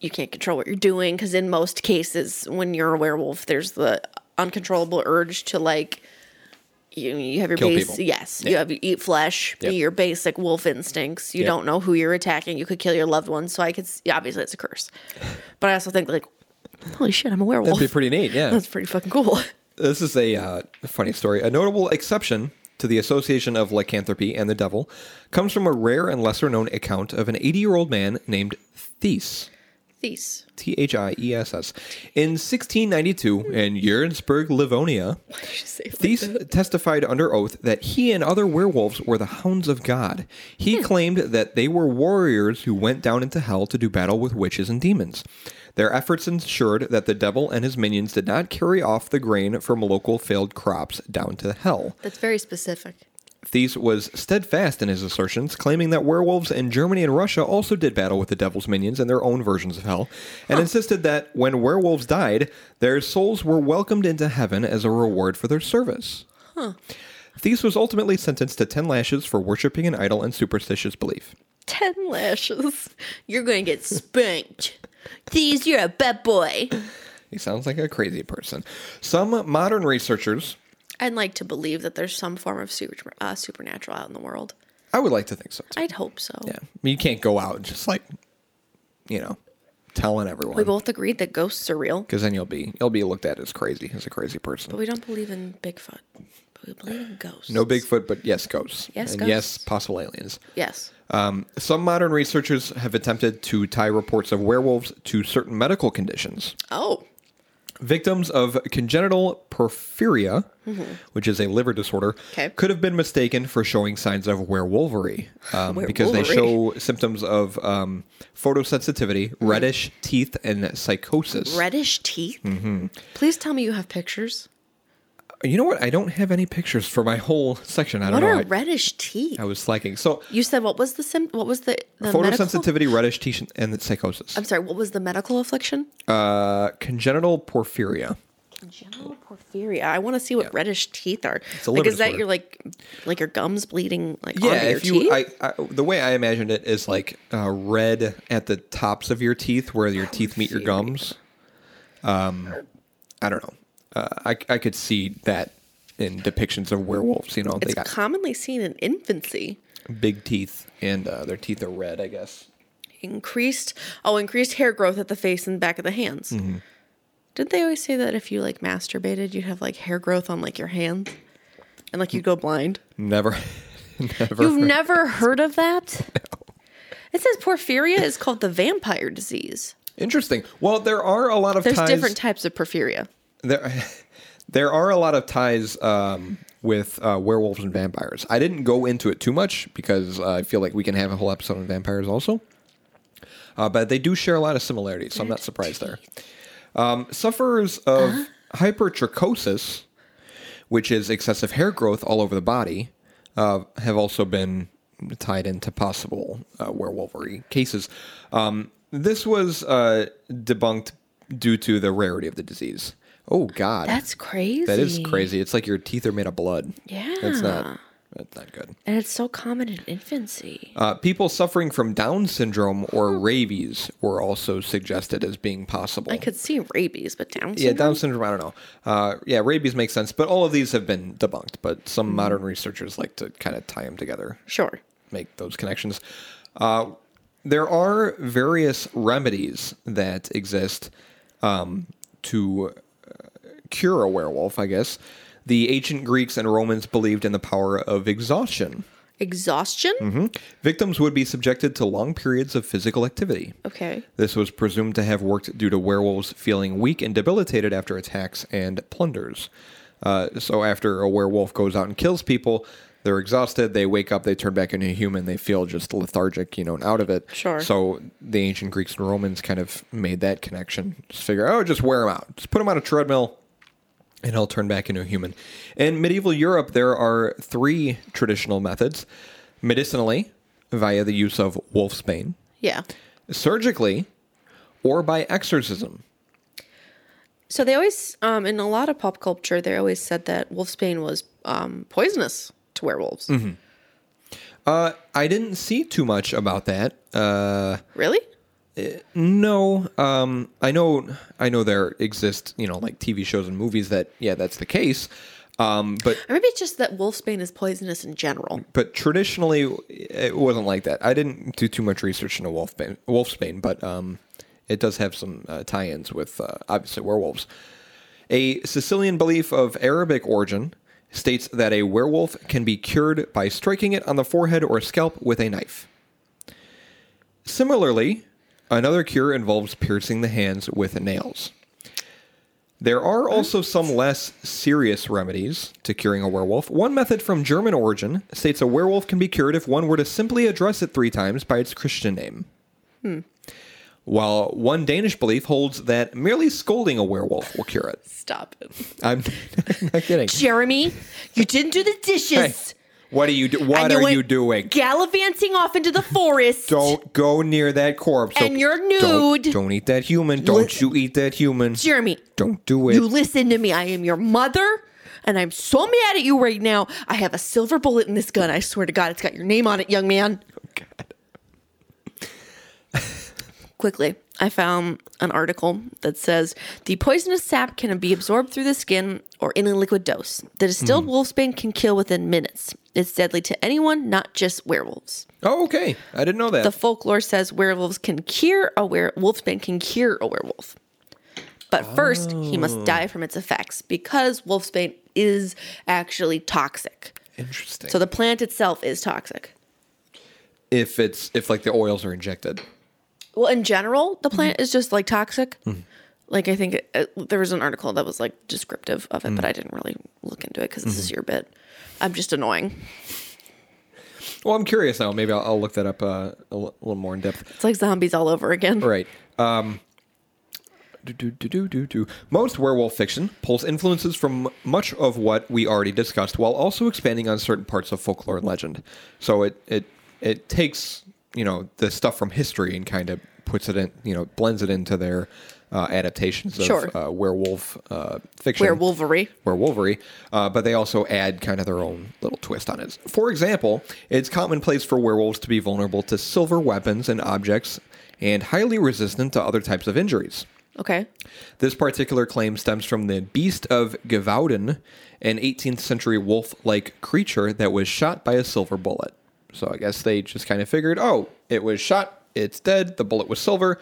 [SPEAKER 1] you can't control what you're doing because in most cases when you're a werewolf, there's the uncontrollable urge to like you you have your
[SPEAKER 2] Kill
[SPEAKER 1] base
[SPEAKER 2] people.
[SPEAKER 1] yes you have you eat flesh
[SPEAKER 2] Yep.
[SPEAKER 1] your basic wolf instincts you
[SPEAKER 2] Yep.
[SPEAKER 1] don't know who you're attacking you could kill your loved ones so I could s- yeah, obviously it's a curse but I also think like holy shit I'm a werewolf
[SPEAKER 2] That'd be pretty neat, yeah.
[SPEAKER 1] Oh. that's pretty fucking cool
[SPEAKER 2] This is a uh, funny story. A notable exception to the association of lycanthropy and the devil comes from a rare and lesser known account of an 80 year old man named Thies.
[SPEAKER 1] these
[SPEAKER 2] T H I E S S. In 1692, in Jurensburg, Livonia,
[SPEAKER 1] I should say it like
[SPEAKER 2] Thies
[SPEAKER 1] that.
[SPEAKER 2] testified under oath that he and other werewolves were the hounds of God. He claimed that they were warriors who went down into hell to do battle with witches and demons. Their efforts ensured that the devil and his minions did not carry off the grain from local failed crops down to hell.
[SPEAKER 1] that's very specific
[SPEAKER 2] Thies was steadfast in his assertions, claiming that werewolves in Germany and Russia also did battle with the devil's minions and their own versions of hell, and insisted that when werewolves died, their souls were welcomed into heaven as a reward for their service. Thies was ultimately sentenced to 10 lashes for worshipping an idol and superstitious belief.
[SPEAKER 1] 10 lashes. You're going to get spanked. These, you're a bad boy.
[SPEAKER 2] He sounds like a crazy person. Some modern researchers,
[SPEAKER 1] I'd like to believe that there's some form of super, uh, supernatural out in the world.
[SPEAKER 2] I would like to think so too.
[SPEAKER 1] I'd hope so.
[SPEAKER 2] Yeah. I mean, you can't go out and just like, you know, telling
[SPEAKER 1] We
[SPEAKER 2] everyone
[SPEAKER 1] both agreed that ghosts are real,
[SPEAKER 2] because then you'll be you'll be looked at as crazy as a crazy person.
[SPEAKER 1] but we don't believe in Bigfoot. But we believe in ghosts.
[SPEAKER 2] No Bigfoot, but yes, ghosts.
[SPEAKER 1] Yes,
[SPEAKER 2] and
[SPEAKER 1] ghosts.
[SPEAKER 2] yes, possible aliens.
[SPEAKER 1] Yes.
[SPEAKER 2] Um, some modern researchers have attempted to tie reports of werewolves to certain medical conditions.
[SPEAKER 1] Oh.
[SPEAKER 2] Victims of congenital porphyria, which is a liver disorder,
[SPEAKER 1] Mm-hmm. Okay.
[SPEAKER 2] could have been mistaken for showing signs of werewolvery um, because they show
[SPEAKER 1] Werewolvery. Mm-hmm.
[SPEAKER 2] symptoms of um, photosensitivity, reddish teeth, and psychosis.
[SPEAKER 1] Reddish teeth?
[SPEAKER 2] Mm-hmm.
[SPEAKER 1] Please tell me you have pictures.
[SPEAKER 2] you know what? I don't have any pictures for my whole section. I don't
[SPEAKER 1] What
[SPEAKER 2] know.
[SPEAKER 1] are
[SPEAKER 2] I,
[SPEAKER 1] reddish teeth?
[SPEAKER 2] I was slacking. So,
[SPEAKER 1] You said what was the sim? What was the, the medical-
[SPEAKER 2] photosensitivity, reddish teeth, and psychosis.
[SPEAKER 1] I'm sorry. What was the medical affliction?
[SPEAKER 2] Uh, congenital porphyria.
[SPEAKER 1] Congenital porphyria. I want to see what reddish teeth are.
[SPEAKER 2] a
[SPEAKER 1] like,
[SPEAKER 2] liver
[SPEAKER 1] is that
[SPEAKER 2] disorder.
[SPEAKER 1] your like, like your gums bleeding like
[SPEAKER 2] Yeah,
[SPEAKER 1] onto your
[SPEAKER 2] if you,
[SPEAKER 1] teeth?
[SPEAKER 2] I, I, the way I imagined it is like uh, red at the tops of your teeth, where
[SPEAKER 1] Oh,
[SPEAKER 2] your teeth meet your gums. Um, I don't know. Uh, I I could see that in depictions of werewolves. You know, they
[SPEAKER 1] it's
[SPEAKER 2] got
[SPEAKER 1] commonly seen in infancy.
[SPEAKER 2] big teeth, and uh, their teeth are red. I guess.
[SPEAKER 1] Increased oh, increased hair growth at the face and back of the hands.
[SPEAKER 2] Mm-hmm.
[SPEAKER 1] Didn't they always say that if you like masturbated, you'd have like hair growth on like your hands, and like you'd go blind?
[SPEAKER 2] Never, never.
[SPEAKER 1] You've never heard of that? It says porphyria is called the vampire disease.
[SPEAKER 2] Interesting. Well, there are a lot of
[SPEAKER 1] There's
[SPEAKER 2] ties.
[SPEAKER 1] different types of porphyria.
[SPEAKER 2] there there are a lot of ties um, with uh, werewolves and vampires. I didn't go into it too much because uh, I feel like we can have a whole episode on vampires also. Uh, but they do share a lot of similarities, so I'm not surprised there. Um, sufferers of hypertrichosis, which is excessive hair growth all over the body, uh, have also been tied into possible uh, werewolvery cases. Um, this was uh, debunked due to the rarity of the disease. Oh God,
[SPEAKER 1] That's crazy.
[SPEAKER 2] that is crazy. It's like your teeth are made of blood.
[SPEAKER 1] Yeah.
[SPEAKER 2] that's not that's not good.
[SPEAKER 1] And it's so common in infancy.
[SPEAKER 2] Uh, people suffering from Down syndrome or rabies were also suggested as being possible.
[SPEAKER 1] I could see rabies, but Down
[SPEAKER 2] Yeah,
[SPEAKER 1] syndrome.
[SPEAKER 2] Down syndrome. I don't know. Uh, yeah, rabies makes sense, but all of these have been debunked. But some
[SPEAKER 1] Hmm.
[SPEAKER 2] modern researchers like to kind of tie them together,
[SPEAKER 1] sure.
[SPEAKER 2] make those connections. Uh, there are various remedies that exist um, to uh, cure a werewolf. I guess the ancient Greeks and Romans believed in the power of exhaustion.
[SPEAKER 1] Exhaustion?
[SPEAKER 2] Mm-hmm. Victims would be subjected to long periods of physical activity.
[SPEAKER 1] Okay.
[SPEAKER 2] This was presumed to have worked due to werewolves feeling weak and debilitated after attacks and plunders. Uh, so, after a werewolf goes out and kills people, they're exhausted, they wake up, they turn back into a human, they feel just lethargic, you know, and out of it.
[SPEAKER 1] Sure.
[SPEAKER 2] So, the ancient Greeks and Romans kind of made that connection. Just figure, oh, just wear him out. Just put him on a treadmill, and he'll turn back into a human. In medieval Europe, there are three traditional methods medicinally, via the use of wolfsbane
[SPEAKER 1] Yeah.
[SPEAKER 2] surgically or by exorcism.
[SPEAKER 1] So they always, um, in a lot of pop culture, they always said that wolfsbane was um, poisonous to werewolves.
[SPEAKER 2] Mm-hmm. Uh, I didn't see too much about that. Uh,
[SPEAKER 1] Really?
[SPEAKER 2] no, um, I know, I know there exist, you know, like TV shows and movies that, yeah, that's the case. Um, but
[SPEAKER 1] Or maybe it's just that wolfsbane is poisonous in general.
[SPEAKER 2] but traditionally, it wasn't like that. I didn't do too much research into Wolfsbane, Wolfsbane but um, it does have some uh, tie-ins with uh, obviously werewolves. A Sicilian belief of Arabic origin states that a werewolf can be cured by striking it on the forehead or scalp with a knife. Similarly, another cure involves piercing the hands with nails. There are also some less serious remedies to curing a werewolf. One method from German origin states a werewolf can be cured if one were to simply address it three times by its Christian name.
[SPEAKER 1] Hmm.
[SPEAKER 2] While one Danish belief holds that merely scolding a werewolf will cure it.
[SPEAKER 1] Stop it.
[SPEAKER 2] I'm not kidding.
[SPEAKER 1] Jeremy, you didn't do the dishes.
[SPEAKER 2] What are you? Do- what
[SPEAKER 1] And you
[SPEAKER 2] are
[SPEAKER 1] went
[SPEAKER 2] you doing?
[SPEAKER 1] Gallivanting off into the forest.
[SPEAKER 2] Don't go near that corpse.
[SPEAKER 1] And you're
[SPEAKER 2] Don't,
[SPEAKER 1] nude.
[SPEAKER 2] don't eat that human. Don't you eat that human.
[SPEAKER 1] Jeremy,
[SPEAKER 2] Don't do it.
[SPEAKER 1] you listen to me. I am your mother, and I'm so mad at you right now. I have a silver bullet in this gun. I swear to God, it's got your name on it, young man. Quickly, I found an article that says the poisonous sap can be absorbed through the skin or in a liquid dose. The distilled wolfsbane can kill within minutes. It's deadly to anyone, not just werewolves.
[SPEAKER 2] oh, okay. I didn't know that.
[SPEAKER 1] The folklore says werewolves can cure a were wolfsbane can cure a werewolf. But first, he
[SPEAKER 2] Oh.
[SPEAKER 1] must die from its effects because wolfsbane is actually toxic.
[SPEAKER 2] Interesting.
[SPEAKER 1] So the plant itself is toxic.
[SPEAKER 2] if it's if like the oils are injected.
[SPEAKER 1] Well, in general,
[SPEAKER 2] Mm-hmm.
[SPEAKER 1] the plant is just like toxic. Like I think uh there was an article that was like descriptive of it, but
[SPEAKER 2] Mm-hmm.
[SPEAKER 1] I didn't really look into it because this is your bit. I'm just annoying.
[SPEAKER 2] Well, I'm curious now. Maybe I'll, I'll look that up uh, a l- little more in depth.
[SPEAKER 1] It's like zombies all over again.
[SPEAKER 2] Right. Um, do, do, do, do, do, do. Most werewolf fiction pulls influences from much of what we already discussed, while also expanding on certain parts of folklore and legend. So it it it takes you know the stuff from history and kind of puts it in you know blends it into their uh, adaptations of
[SPEAKER 1] Sure.
[SPEAKER 2] uh, werewolf uh, fiction.
[SPEAKER 1] Werewolvery.
[SPEAKER 2] Where Wolverine, uh, but they also add kind of their own little twist on it. For example, it's commonplace for werewolves to be vulnerable to silver weapons and objects and highly resistant to other types of injuries.
[SPEAKER 1] Okay.
[SPEAKER 2] This particular claim stems from the Beast of Gavauden, an 18th century wolf like creature that was shot by a silver bullet. So I guess they just kind of figured, oh, it was shot, it's dead, the bullet was silver.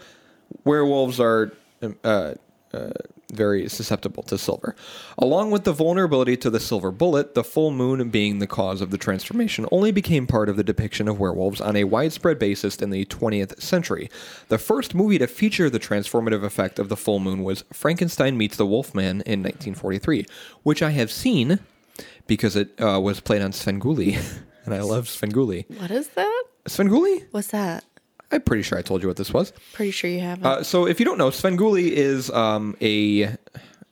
[SPEAKER 2] Werewolves are um, uh, uh, very susceptible to silver. Along with the vulnerability to the silver bullet, the full moon being the cause of the transformation only became part of the depiction of werewolves on a widespread basis in the 20th century. The first movie to feature the transformative effect of the full moon was Frankenstein Meets the Wolfman in 1943, which I have seen because it uh, was played on Svengoolie. and I love Svengoolie.
[SPEAKER 1] What is that?
[SPEAKER 2] Svengoolie?
[SPEAKER 1] What's that?
[SPEAKER 2] I'm pretty sure I told you what this was.
[SPEAKER 1] Pretty sure you haven't.
[SPEAKER 2] Uh, so if you don't know, Svengoolie is um, a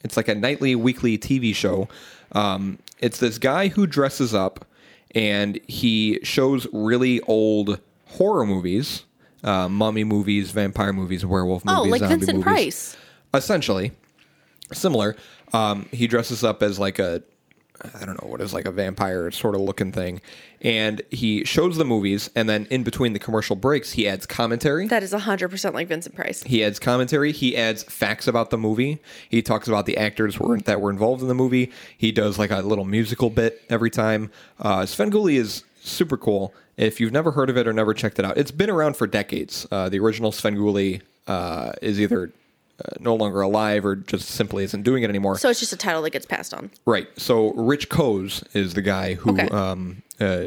[SPEAKER 2] it's like a nightly, weekly TV show. Um, it's this guy who dresses up and he shows really old horror movies, uh, mummy movies, vampire movies, werewolf movies,
[SPEAKER 1] oh, like
[SPEAKER 2] zombie
[SPEAKER 1] Vincent
[SPEAKER 2] movies,
[SPEAKER 1] Price.
[SPEAKER 2] essentially similar. Um, he dresses up as like a I don't know what is like a vampire sort of looking thing, and he shows the movies, and then in between the commercial breaks, he adds commentary.
[SPEAKER 1] That is 100% like Vincent Price.
[SPEAKER 2] He adds commentary. He adds facts about the movie. He talks about the actors were, that were involved in the movie. He does like a little musical bit every time. Uh, Svengoolie is super cool. If you've never heard of it or never checked it out, it's been around for decades. Uh, the original Svengoolie uh, is either uh, no longer alive or just simply isn't doing it anymore.
[SPEAKER 1] So it's just a title that gets passed on.
[SPEAKER 2] Right. So Rich Coase is the guy who
[SPEAKER 1] Okay.
[SPEAKER 2] um, uh,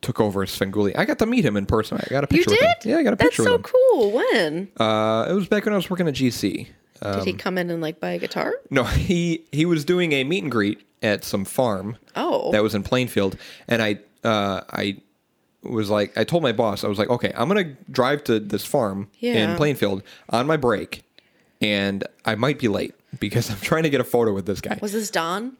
[SPEAKER 2] took over Svengoolie. I got to meet him in person. I got a
[SPEAKER 1] You
[SPEAKER 2] picture.
[SPEAKER 1] did?
[SPEAKER 2] With him. Yeah, I got a picture
[SPEAKER 1] That's so
[SPEAKER 2] with him.
[SPEAKER 1] cool. When
[SPEAKER 2] Uh, it was back when I was working at GC.
[SPEAKER 1] did
[SPEAKER 2] Um,
[SPEAKER 1] he come in and like buy a guitar?
[SPEAKER 2] No, he he was doing a meet and greet at some farm.
[SPEAKER 1] Oh.
[SPEAKER 2] that was in Plainfield, and I uh, I was like, I told my boss, I was like, okay, I'm gonna drive to this farm
[SPEAKER 1] Yeah.
[SPEAKER 2] in Plainfield on my break, and I might be late because I'm trying to get a photo with this guy.
[SPEAKER 1] Was this Don?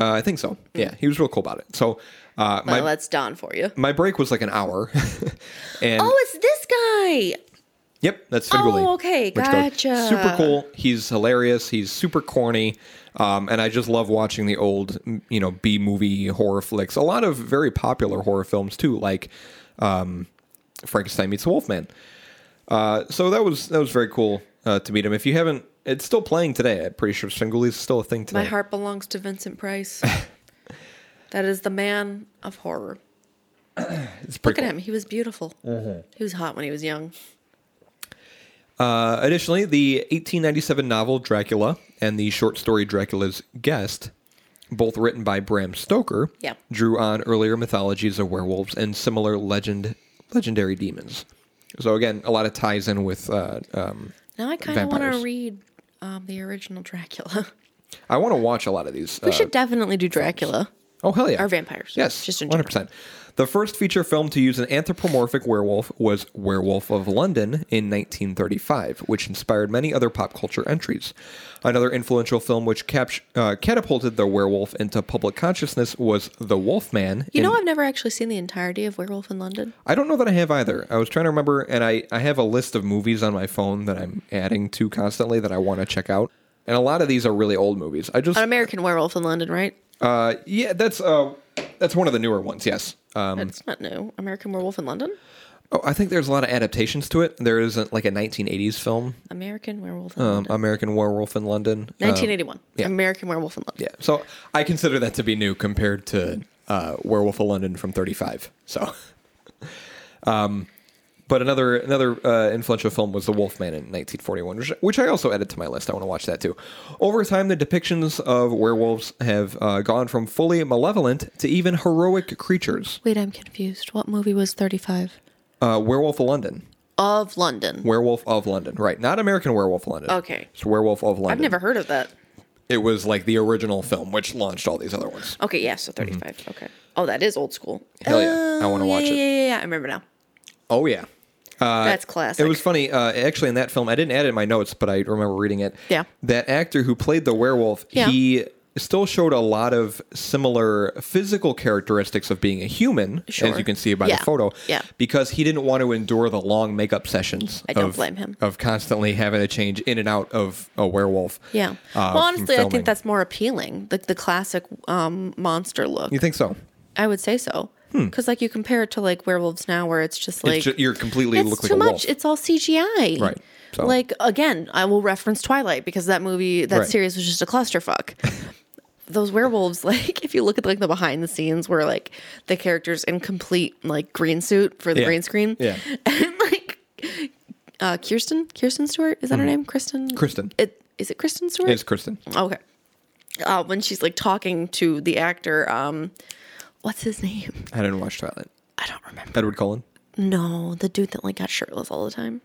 [SPEAKER 2] Uh, I think so.
[SPEAKER 1] Hmm.
[SPEAKER 2] Yeah, he was real cool about it. So uh,
[SPEAKER 1] Well,
[SPEAKER 2] my Mm.
[SPEAKER 1] that's Don for you.
[SPEAKER 2] my break was like an hour, and
[SPEAKER 1] Oh, it's this guy.
[SPEAKER 2] Yep, that's Fingoli.
[SPEAKER 1] Oh, okay,
[SPEAKER 2] Rich Coach.
[SPEAKER 1] gotcha.
[SPEAKER 2] Super cool. He's hilarious. He's super corny, um, and I just love watching the old, m- you know, B movie horror flicks. A lot of very popular horror films too, like um, Frankenstein meets the Wolfman. Uh, so that was that was very cool uh, to meet him. If you haven't, it's still playing today. I'm pretty sure Fingoli is still a thing today.
[SPEAKER 1] My heart belongs to Vincent Price. that is the man of horror.
[SPEAKER 2] It's
[SPEAKER 1] Look at
[SPEAKER 2] pretty cool.
[SPEAKER 1] him. He was beautiful.
[SPEAKER 2] Mm-hmm.
[SPEAKER 1] He was hot when he was young.
[SPEAKER 2] Uh, additionally, the 1897 novel Dracula and the short story Dracula's Guest, both written by Bram Stoker,
[SPEAKER 1] Yeah.
[SPEAKER 2] drew on earlier mythologies of werewolves and similar legend legendary demons. So again, a lot of ties in with. Uh, um,
[SPEAKER 1] Now I kind of want to
[SPEAKER 2] Vampires.
[SPEAKER 1] read um, the original Dracula.
[SPEAKER 2] I want to watch a lot of these.
[SPEAKER 1] we
[SPEAKER 2] uh,
[SPEAKER 1] should definitely do Dracula.
[SPEAKER 2] Oh hell yeah!
[SPEAKER 1] Are vampires.
[SPEAKER 2] Yes,
[SPEAKER 1] Just in
[SPEAKER 2] one hundred
[SPEAKER 1] general.
[SPEAKER 2] percent. The first feature film to use an anthropomorphic werewolf was Werewolf of London in 1935, which inspired many other pop culture entries. Another influential film which capt- uh, catapulted the werewolf into public consciousness was The Wolfman.
[SPEAKER 1] You
[SPEAKER 2] in-
[SPEAKER 1] know, I've never actually seen the entirety of Werewolf in London.
[SPEAKER 2] I don't know that I have either. I was trying to remember, and I, I have a list of movies on my phone that I'm adding to constantly that I want to check out. And a lot of these are really old movies. I just,
[SPEAKER 1] An American Werewolf in London, right?
[SPEAKER 2] uh, yeah, that's uh, that's one of the newer ones. Yes. Um,
[SPEAKER 1] That's not new. American Werewolf in London?
[SPEAKER 2] oh, I think there's a lot of adaptations to it. There is a, like a 1980s film,
[SPEAKER 1] American Werewolf in
[SPEAKER 2] um,
[SPEAKER 1] London.
[SPEAKER 2] American Werewolf in London. Um,
[SPEAKER 1] 1981.
[SPEAKER 2] yeah.
[SPEAKER 1] American Werewolf in London.
[SPEAKER 2] yeah. So I consider that to be new compared to uh, Werewolf of London from 35. So, um, but another another uh, influential film was The Wolfman in 1941, which, which I also added to my list. I want to watch that too. Over time, the depictions of werewolves have uh, gone from fully malevolent to even heroic creatures.
[SPEAKER 1] Wait, I'm confused. What movie was 35?
[SPEAKER 2] Uh, Werewolf of London,
[SPEAKER 1] Of London.
[SPEAKER 2] Werewolf of London, right? Not American Werewolf of London.
[SPEAKER 1] Okay.
[SPEAKER 2] it's Werewolf of London.
[SPEAKER 1] I've never heard of that.
[SPEAKER 2] It was like the original film, which launched all these other ones.
[SPEAKER 1] Okay, yeah, so 35. Okay. Oh, that is old school.
[SPEAKER 2] Mm-hmm. Hell yeah. I
[SPEAKER 1] Oh,
[SPEAKER 2] wanna
[SPEAKER 1] yeah,
[SPEAKER 2] watch
[SPEAKER 1] Yeah,
[SPEAKER 2] it.
[SPEAKER 1] yeah, yeah. I remember now.
[SPEAKER 2] Oh yeah.
[SPEAKER 1] That's classic.
[SPEAKER 2] It was funny, uh, actually, in that film, I didn't add it in my notes, but I remember reading it.
[SPEAKER 1] Yeah.
[SPEAKER 2] That actor who played the werewolf,
[SPEAKER 1] Yeah.
[SPEAKER 2] he still showed a lot of similar physical characteristics of being a human, as
[SPEAKER 1] Sure.
[SPEAKER 2] you can see by
[SPEAKER 1] Yeah.
[SPEAKER 2] the photo.
[SPEAKER 1] Yeah.
[SPEAKER 2] Because he didn't want to endure the long makeup sessions.
[SPEAKER 1] I don't
[SPEAKER 2] of,
[SPEAKER 1] blame him.
[SPEAKER 2] Of constantly having to change in and out of a werewolf.
[SPEAKER 1] Yeah.
[SPEAKER 2] uh,
[SPEAKER 1] well,
[SPEAKER 2] from
[SPEAKER 1] honestly, I
[SPEAKER 2] filming.
[SPEAKER 1] think that's more appealing, like the classic um, monster look.
[SPEAKER 2] You think so?
[SPEAKER 1] I would say so. Because, like, you compare it to, like, werewolves now, where it's just like.
[SPEAKER 2] Hmm. it's ju- you're completely
[SPEAKER 1] it's
[SPEAKER 2] look like
[SPEAKER 1] too
[SPEAKER 2] a
[SPEAKER 1] much.
[SPEAKER 2] wolf.
[SPEAKER 1] It's all CGI.
[SPEAKER 2] Right. So-
[SPEAKER 1] Like again, I will reference Twilight because that movie, that
[SPEAKER 2] Right.
[SPEAKER 1] series was just a clusterfuck. Those werewolves, like if you look at like the behind the scenes where like the characters in complete like green suit for the
[SPEAKER 2] Yeah.
[SPEAKER 1] green screen,
[SPEAKER 2] Yeah.
[SPEAKER 1] and like uh, Kirsten, Kirsten Stewart, is that
[SPEAKER 2] Mm-hmm.
[SPEAKER 1] her name? Kristen.
[SPEAKER 2] Kristen.
[SPEAKER 1] It is it Kristen Stewart? Oh,
[SPEAKER 2] It's Kristen.
[SPEAKER 1] Okay. Uh, when she's like talking to the actor, um, what's his name?
[SPEAKER 2] I didn't watch Twilight.
[SPEAKER 1] I don't remember.
[SPEAKER 2] Edward Cullen.
[SPEAKER 1] No, the dude that like got shirtless all the time.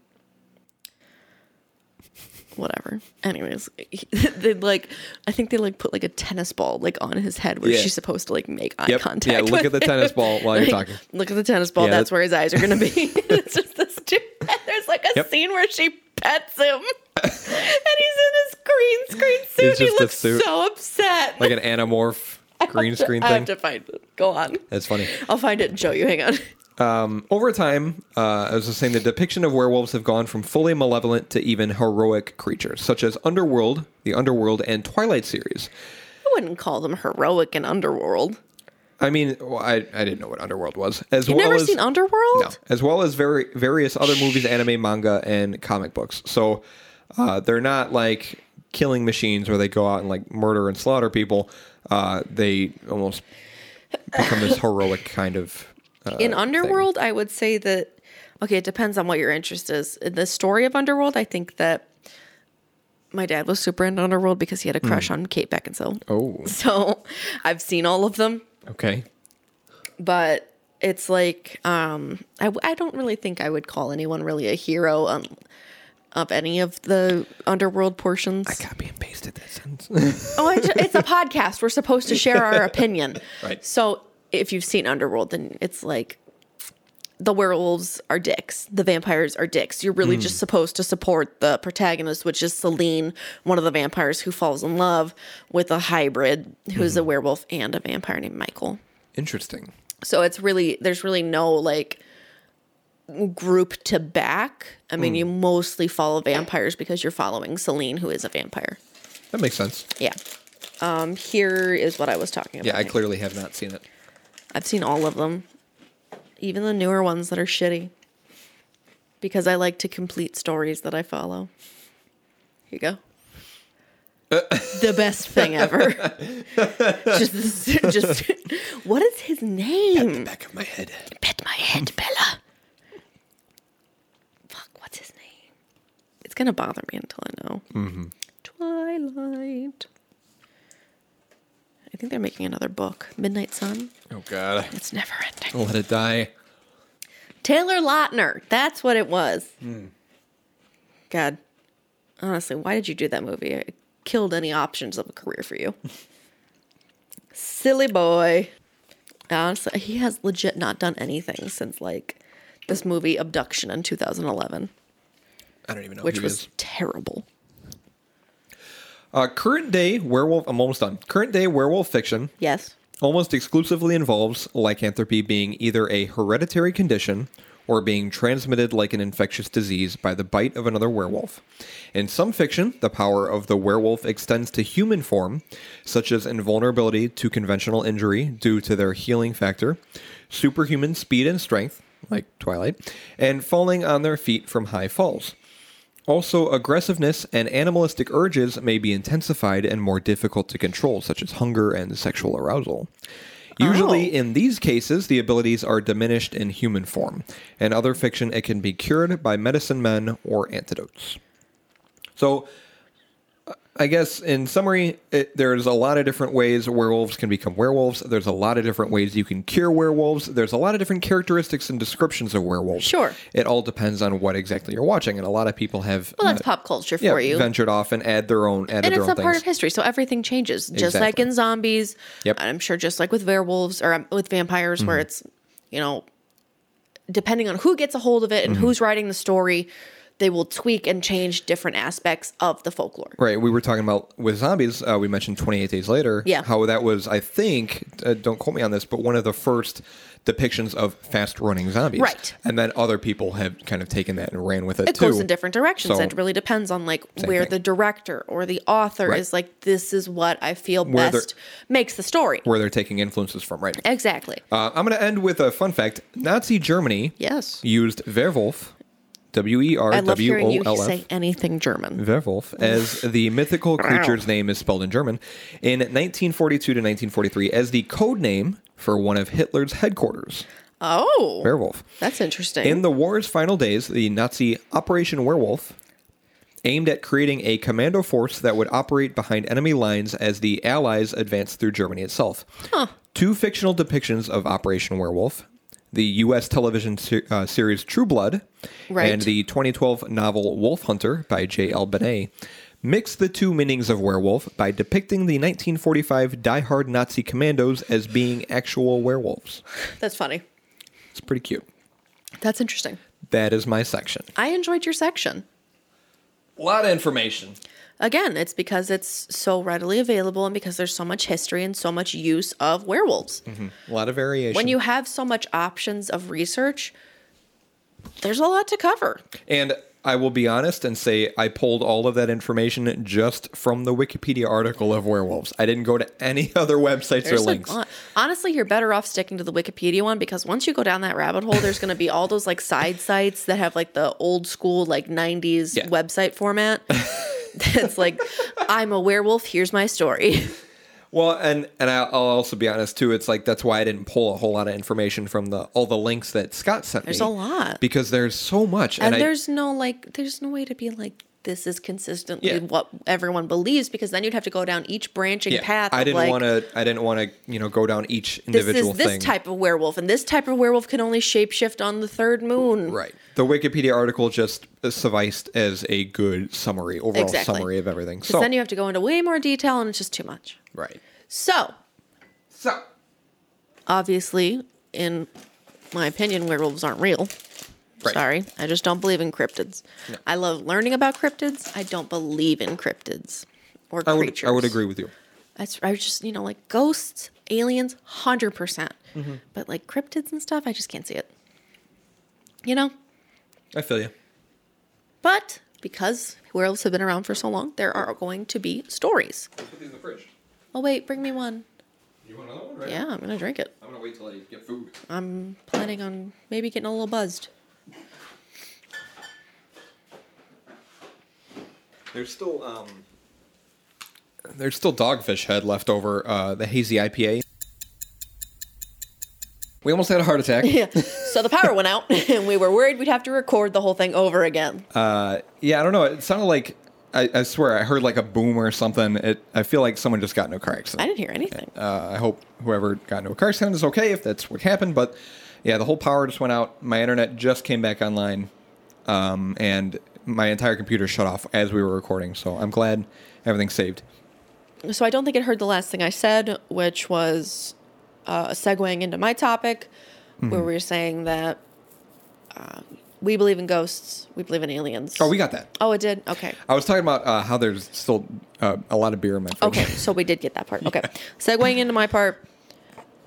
[SPEAKER 1] Whatever. Anyways, he- they like I think they like put like a tennis ball like on his head where
[SPEAKER 2] Yeah.
[SPEAKER 1] she's supposed to like make eye
[SPEAKER 2] Yep.
[SPEAKER 1] contact.
[SPEAKER 2] Yeah, look
[SPEAKER 1] with
[SPEAKER 2] at the
[SPEAKER 1] him.
[SPEAKER 2] tennis ball while you're
[SPEAKER 1] Like,
[SPEAKER 2] talking.
[SPEAKER 1] Look at the tennis ball.
[SPEAKER 2] Yeah,
[SPEAKER 1] that's
[SPEAKER 2] that-
[SPEAKER 1] where his eyes are gonna be. it's just this dude. and there's like a
[SPEAKER 2] Yep.
[SPEAKER 1] scene where she pets him, and he's in his green screen suit.
[SPEAKER 2] It's
[SPEAKER 1] he
[SPEAKER 2] just a
[SPEAKER 1] looks
[SPEAKER 2] suit.
[SPEAKER 1] so upset.
[SPEAKER 2] Like an anamorph green screen
[SPEAKER 1] I have
[SPEAKER 2] thing.
[SPEAKER 1] to find it. Go on.
[SPEAKER 2] That's funny.
[SPEAKER 1] I'll find it and show you. Hang on.
[SPEAKER 2] Over time, uh, as I was saying, the depiction of werewolves have gone from fully malevolent to even heroic creatures, such as Underworld, the Underworld, and Twilight series.
[SPEAKER 1] I wouldn't call them heroic in Underworld.
[SPEAKER 2] I mean, well, I, I didn't know what Underworld was. As
[SPEAKER 1] You've
[SPEAKER 2] well
[SPEAKER 1] never
[SPEAKER 2] as,
[SPEAKER 1] seen Underworld?
[SPEAKER 2] No, as well as very various other movies, anime, manga, and comic books. So uh, they're not like killing machines where they go out and like murder and slaughter people. Uh, they almost become this heroic kind of. Uh,
[SPEAKER 1] In Underworld, I would say that okay, it depends on what your interest is. In the story of Underworld, I think that my dad was super into Underworld because he had a crush on Kate Beckinsale.
[SPEAKER 2] Hmm. oh,
[SPEAKER 1] So I've seen all of them,
[SPEAKER 2] okay.
[SPEAKER 1] but it's like um, I, I don't really think I would call anyone really a hero um, of any of the Underworld portions.
[SPEAKER 2] Copy and pasted that sentence.
[SPEAKER 1] Oh, I ju- it's a podcast. We're supposed to share our opinion.
[SPEAKER 2] Right.
[SPEAKER 1] So if you've seen Underworld, then it's like the werewolves are dicks, the vampires are dicks. You're really just supposed to support the protagonist, which is Celine, one of the vampires who falls in love with a hybrid who's a werewolf and a vampire named Michael.
[SPEAKER 2] Interesting.
[SPEAKER 1] So it's really there's really no like group to back. I mean, you mostly follow vampires because you're following Celine, who is a vampire.
[SPEAKER 2] That makes sense.
[SPEAKER 1] Yeah. Um, here is what I was talking about.
[SPEAKER 2] Yeah, I clearly have not seen it.
[SPEAKER 1] I've seen all of them, even the newer ones that are shitty, because I like to complete stories that I follow. Here you go. the best thing ever. just, just, what is his name?
[SPEAKER 2] Back of my head.
[SPEAKER 1] Pet my head, Bella. Fuck, what's his name? It's gonna bother me until I know. Twilight. I think they're making another book, Midnight Sun.
[SPEAKER 2] Oh God,
[SPEAKER 1] It's never ending.
[SPEAKER 2] let it die.
[SPEAKER 1] Taylor Lautner. That's what it was.
[SPEAKER 2] Hmm.
[SPEAKER 1] God, honestly, why did you do that movie? It killed any options of a career for you. Silly boy. Honestly, he has legit not done anything since like this movie Abduction in 2011,
[SPEAKER 2] I don't even know
[SPEAKER 1] which
[SPEAKER 2] who he
[SPEAKER 1] was
[SPEAKER 2] is.
[SPEAKER 1] terrible.
[SPEAKER 2] Uh, current day werewolf. I'm almost done. Current day werewolf fiction
[SPEAKER 1] Yes.
[SPEAKER 2] almost exclusively involves lycanthropy being either a hereditary condition or being transmitted like an infectious disease by the bite of another werewolf. In some fiction, the power of the werewolf extends to human form, such as invulnerability to conventional injury due to their healing factor, superhuman speed and strength, like Twilight, and falling on their feet from high falls. Also, aggressiveness and animalistic urges may be intensified and more difficult to control, such as hunger and sexual arousal. Usually, in these cases, the abilities are diminished in human form. In other fiction, it can be cured by medicine men or antidotes. So, uh, I guess in summary, it, there's a lot of different ways werewolves can become werewolves. There's a lot of different ways you can cure werewolves. There's a lot of different characteristics and descriptions of werewolves.
[SPEAKER 1] Sure.
[SPEAKER 2] It all depends on what exactly you're watching, and a lot of people have
[SPEAKER 1] Well, that's
[SPEAKER 2] uh,
[SPEAKER 1] pop culture
[SPEAKER 2] yeah,
[SPEAKER 1] for you.
[SPEAKER 2] ventured off and add their own
[SPEAKER 1] and
[SPEAKER 2] added their
[SPEAKER 1] it's
[SPEAKER 2] own
[SPEAKER 1] a
[SPEAKER 2] things.
[SPEAKER 1] part of history, so everything changes. Just like
[SPEAKER 2] Exactly.
[SPEAKER 1] in zombies,
[SPEAKER 2] Yep. Mm-hmm.
[SPEAKER 1] and I'm sure just like with werewolves or um, with vampires, where it's you know, depending on who gets a hold of it
[SPEAKER 2] Mm-hmm.
[SPEAKER 1] and who's writing the story, they will tweak and change different aspects of the folklore.
[SPEAKER 2] Right, we were talking about with zombies. Uh, we mentioned Twenty Eight Days Later.
[SPEAKER 1] Yeah.
[SPEAKER 2] how that was, I think. Uh, don't quote me on this, but one of the first depictions of fast running zombies.
[SPEAKER 1] Right.
[SPEAKER 2] and then other people have kind of taken that and ran with it,
[SPEAKER 1] It
[SPEAKER 2] too.
[SPEAKER 1] goes in different directions.
[SPEAKER 2] So-
[SPEAKER 1] and it really depends on like where
[SPEAKER 2] thing.
[SPEAKER 1] the director or the author
[SPEAKER 2] Right.
[SPEAKER 1] is like. This is what I feel
[SPEAKER 2] Where they're-
[SPEAKER 1] best makes the story.
[SPEAKER 2] where they're taking influences from. Right.
[SPEAKER 1] Exactly.
[SPEAKER 2] Uh, I'm going to end with a fun fact. Nazi Germany
[SPEAKER 1] Yes.
[SPEAKER 2] used Werwolf, W E R
[SPEAKER 1] I love
[SPEAKER 2] W
[SPEAKER 1] hearing you
[SPEAKER 2] O L F.
[SPEAKER 1] say anything German.
[SPEAKER 2] Werwolf, as the mythical creature's name is spelled in German, in 1942 to 1943 as the code name for one of Hitler's headquarters,
[SPEAKER 1] Oh,
[SPEAKER 2] Werewolf.
[SPEAKER 1] that's interesting.
[SPEAKER 2] In the war's final days, the Nazi Operation Werewolf aimed at creating a commando force that would operate behind enemy lines as the Allies advanced through Germany itself. Two fictional depictions of Operation Werewolf the U.S. television ser- uh, series True Blood
[SPEAKER 1] Right.
[SPEAKER 2] and the 2012 novel Wolf Hunter by J.L. Benet. Mix the two meanings of werewolf by depicting the 1945 diehard Nazi commandos as being actual werewolves.
[SPEAKER 1] that's funny.
[SPEAKER 2] It's pretty cute.
[SPEAKER 1] That's interesting.
[SPEAKER 2] That is my section.
[SPEAKER 1] I enjoyed your section.
[SPEAKER 2] A lot of information.
[SPEAKER 1] Again, it's because it's so readily available and because there's so much history and so much use of werewolves.
[SPEAKER 2] A lot of variation.
[SPEAKER 1] When you have so much options of research, there's a lot to cover.
[SPEAKER 2] and I will be honest and say I pulled all of that information just from the Wikipedia article of werewolves. I didn't go to any other websites or
[SPEAKER 1] There's a
[SPEAKER 2] links.
[SPEAKER 1] lot. Honestly, you're better off sticking to the Wikipedia one because once you go down that rabbit hole, there's going to be all those like side sites that have like the old school like 90s
[SPEAKER 2] Yeah.
[SPEAKER 1] website format. That's like, I'm a werewolf. Here's my story.
[SPEAKER 2] Well, and and I- I'll also be honest too. It's like that's why I didn't pull a whole lot of information from the all the links that Scott sent
[SPEAKER 1] There's
[SPEAKER 2] me.
[SPEAKER 1] a lot.
[SPEAKER 2] because there's so much,
[SPEAKER 1] and,
[SPEAKER 2] and, I,
[SPEAKER 1] there's no like there's no way to be like this is consistently
[SPEAKER 2] Yeah.
[SPEAKER 1] what everyone believes because then you'd have to go down each branching
[SPEAKER 2] yeah,
[SPEAKER 1] path
[SPEAKER 2] I
[SPEAKER 1] of,
[SPEAKER 2] didn't
[SPEAKER 1] like,
[SPEAKER 2] want to. I didn't want to. You know, go down each
[SPEAKER 1] this
[SPEAKER 2] individual
[SPEAKER 1] is this
[SPEAKER 2] thing.
[SPEAKER 1] type of werewolf and this type of werewolf can only shapeshift on the third moon
[SPEAKER 2] Right. The Wikipedia article just sufficed as a good summary, overall
[SPEAKER 1] Exactly.
[SPEAKER 2] summary of everything.
[SPEAKER 1] because
[SPEAKER 2] So
[SPEAKER 1] then you have to go into way more detail and it's just too much
[SPEAKER 2] right.
[SPEAKER 1] so
[SPEAKER 2] So
[SPEAKER 1] obviously in my opinion werewolves aren't real
[SPEAKER 2] Right.
[SPEAKER 1] sorry i just don't believe in cryptids i love learning about cryptids i don't believe in cryptids or
[SPEAKER 2] I would,
[SPEAKER 1] creatures
[SPEAKER 2] I would agree with you.
[SPEAKER 1] That's I was just you know like ghosts, aliens, hundred percent. But like cryptids and stuff, I just can't see it. You know,
[SPEAKER 2] I feel you.
[SPEAKER 1] but because werewolves have been around for so long, there are going to be stories.
[SPEAKER 2] Put these in the fridge.
[SPEAKER 1] Oh wait, bring me one.
[SPEAKER 2] You want another one? Right?
[SPEAKER 1] Yeah, Uh. I'm gonna drink it.
[SPEAKER 2] I'm gonna wait till I get food.
[SPEAKER 1] I'm planning on maybe getting a little buzzed.
[SPEAKER 2] There's still um. There's still dogfish head left over. Uh, the hazy IPA. We almost had a heart attack.
[SPEAKER 1] Yeah. so the power went out, and we were worried we'd have to record the whole thing over again.
[SPEAKER 2] Uh, yeah, I don't know. It sounded like I, I swear I heard like a boom or something. It. I feel like someone just got in a car accident.
[SPEAKER 1] I didn't hear anything.
[SPEAKER 2] Uh, I hope whoever got into a car accident is okay if that's what happened. But yeah, the whole power just went out. My internet just came back online, um, and my entire computer shut off as we were recording. So I'm glad everything's saved.
[SPEAKER 1] so I don't think it heard the last thing I said, which was uh, segueing into my topic, where we were saying that um, we believe in ghosts, we believe in aliens.
[SPEAKER 2] Oh, we got that.
[SPEAKER 1] oh, it did. Okay.
[SPEAKER 2] I was talking about uh, how there's still uh, a lot of beer in my fridge.
[SPEAKER 1] Okay, so we did get that part. Okay. Segueing into my part,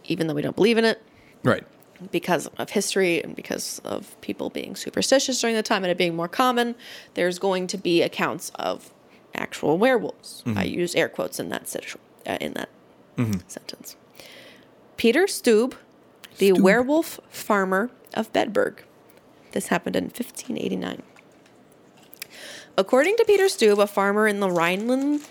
[SPEAKER 1] even though we don't believe in it
[SPEAKER 2] right.
[SPEAKER 1] because of history and because of people being superstitious during the time and it being more common, there's going to be accounts of actual werewolves. I use air quotes in that situ- uh, in that sentence. Peter Stube, the
[SPEAKER 2] Stube.
[SPEAKER 1] werewolf farmer of Bedburg. This happened in 1589. According to Peter Stube, a farmer in the Rhineland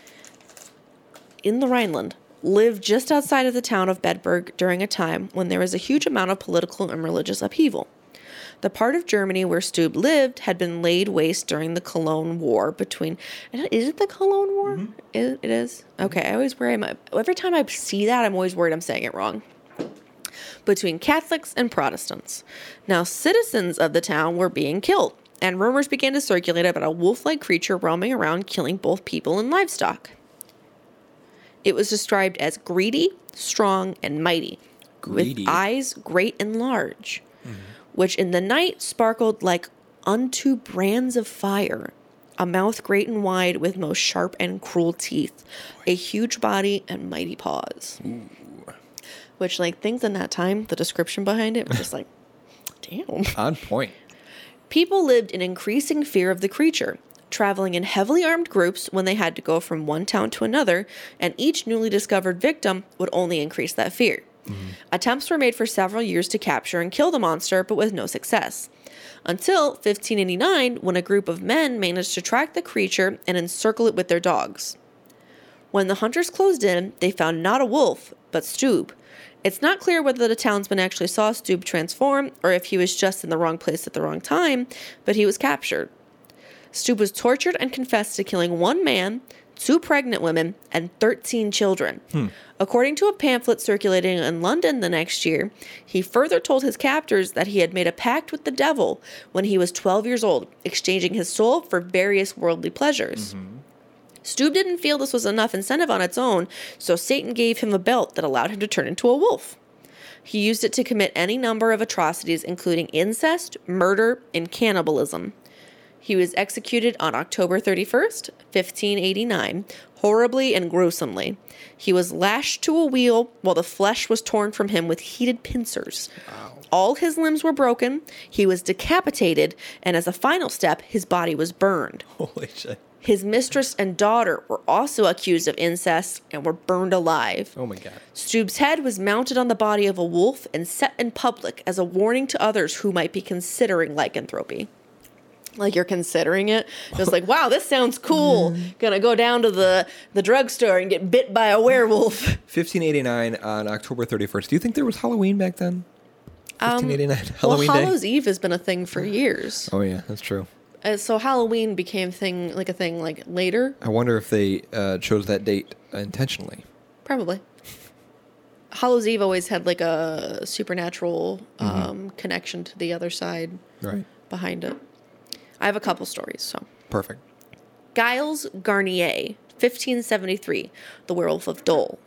[SPEAKER 1] in the Rhineland lived just outside of the town of Bedburg during a time when there was a huge amount of political and religious upheaval. The part of Germany where Stube lived had been laid waste during the Cologne War between. Is it the Cologne War? It, it is? Okay, I always worry. My, every time I see that, I'm always worried I'm saying it wrong between Catholics and Protestants. Now, citizens of the town were being killed, and rumors began to circulate about a wolf like creature roaming around killing both people and livestock. It was described as greedy, strong, and mighty,
[SPEAKER 2] Greedy.
[SPEAKER 1] with eyes great and large, which in the night sparkled like unto brands of fire. A mouth great and wide, with most sharp and cruel teeth, a huge body and mighty paws which like things in that time the description behind it was just like damn
[SPEAKER 2] On point.
[SPEAKER 1] people lived in increasing fear of the creature traveling in heavily armed groups when they had to go from one town to another and each newly discovered victim would only increase that fear attempts were made for several years to capture and kill the monster but with no success until 1589 when a group of men managed to track the creature and encircle it with their dogs when the hunters closed in, they found not a wolf, but Stube. It's not clear whether the townsman actually saw Stube transform or if he was just in the wrong place at the wrong time, but he was captured. Stube was tortured and confessed to killing one man, two pregnant women, and 13 children. According to a pamphlet circulating in London the next year, he further told his captors that he had made a pact with the devil when he was 12 years old, exchanging his soul for various worldly pleasures. Stube didn't feel this was enough incentive on its own, so Satan gave him a belt that allowed him to turn into a wolf. He used it to commit any number of atrocities, including incest, murder, and cannibalism. He was executed on October 31st, 1589, horribly and gruesomely. He was lashed to a wheel while the flesh was torn from him with heated pincers. All his limbs were broken, he was decapitated, and as a final step, his body was burned.
[SPEAKER 2] Holy shit.
[SPEAKER 1] His mistress and daughter were also accused of incest and were burned alive.
[SPEAKER 2] Oh my god.
[SPEAKER 1] Stube's head was mounted on the body of a wolf and set in public as a warning to others who might be considering lycanthropy. Like you're considering it, just like wow, this sounds cool.
[SPEAKER 2] Mm.
[SPEAKER 1] Gonna go down to the the drugstore and get bit by a werewolf.
[SPEAKER 2] 1589 on October 31st. Do you think there was Halloween back then? 1589
[SPEAKER 1] Um, well,
[SPEAKER 2] Halloween
[SPEAKER 1] Hallows
[SPEAKER 2] Day.
[SPEAKER 1] Eve has been a thing for years,
[SPEAKER 2] Oh yeah, that's true.
[SPEAKER 1] Uh, so Halloween became thing like a thing like later,
[SPEAKER 2] I wonder if they uh, chose that date intentionally.
[SPEAKER 1] Probably. Hallows Eve always had like a supernatural um, connection to the other side
[SPEAKER 2] Right.
[SPEAKER 1] behind it. I have a couple stories. So,
[SPEAKER 2] Perfect.
[SPEAKER 1] Giles Garnier, 1573, The Werewolf of Dole.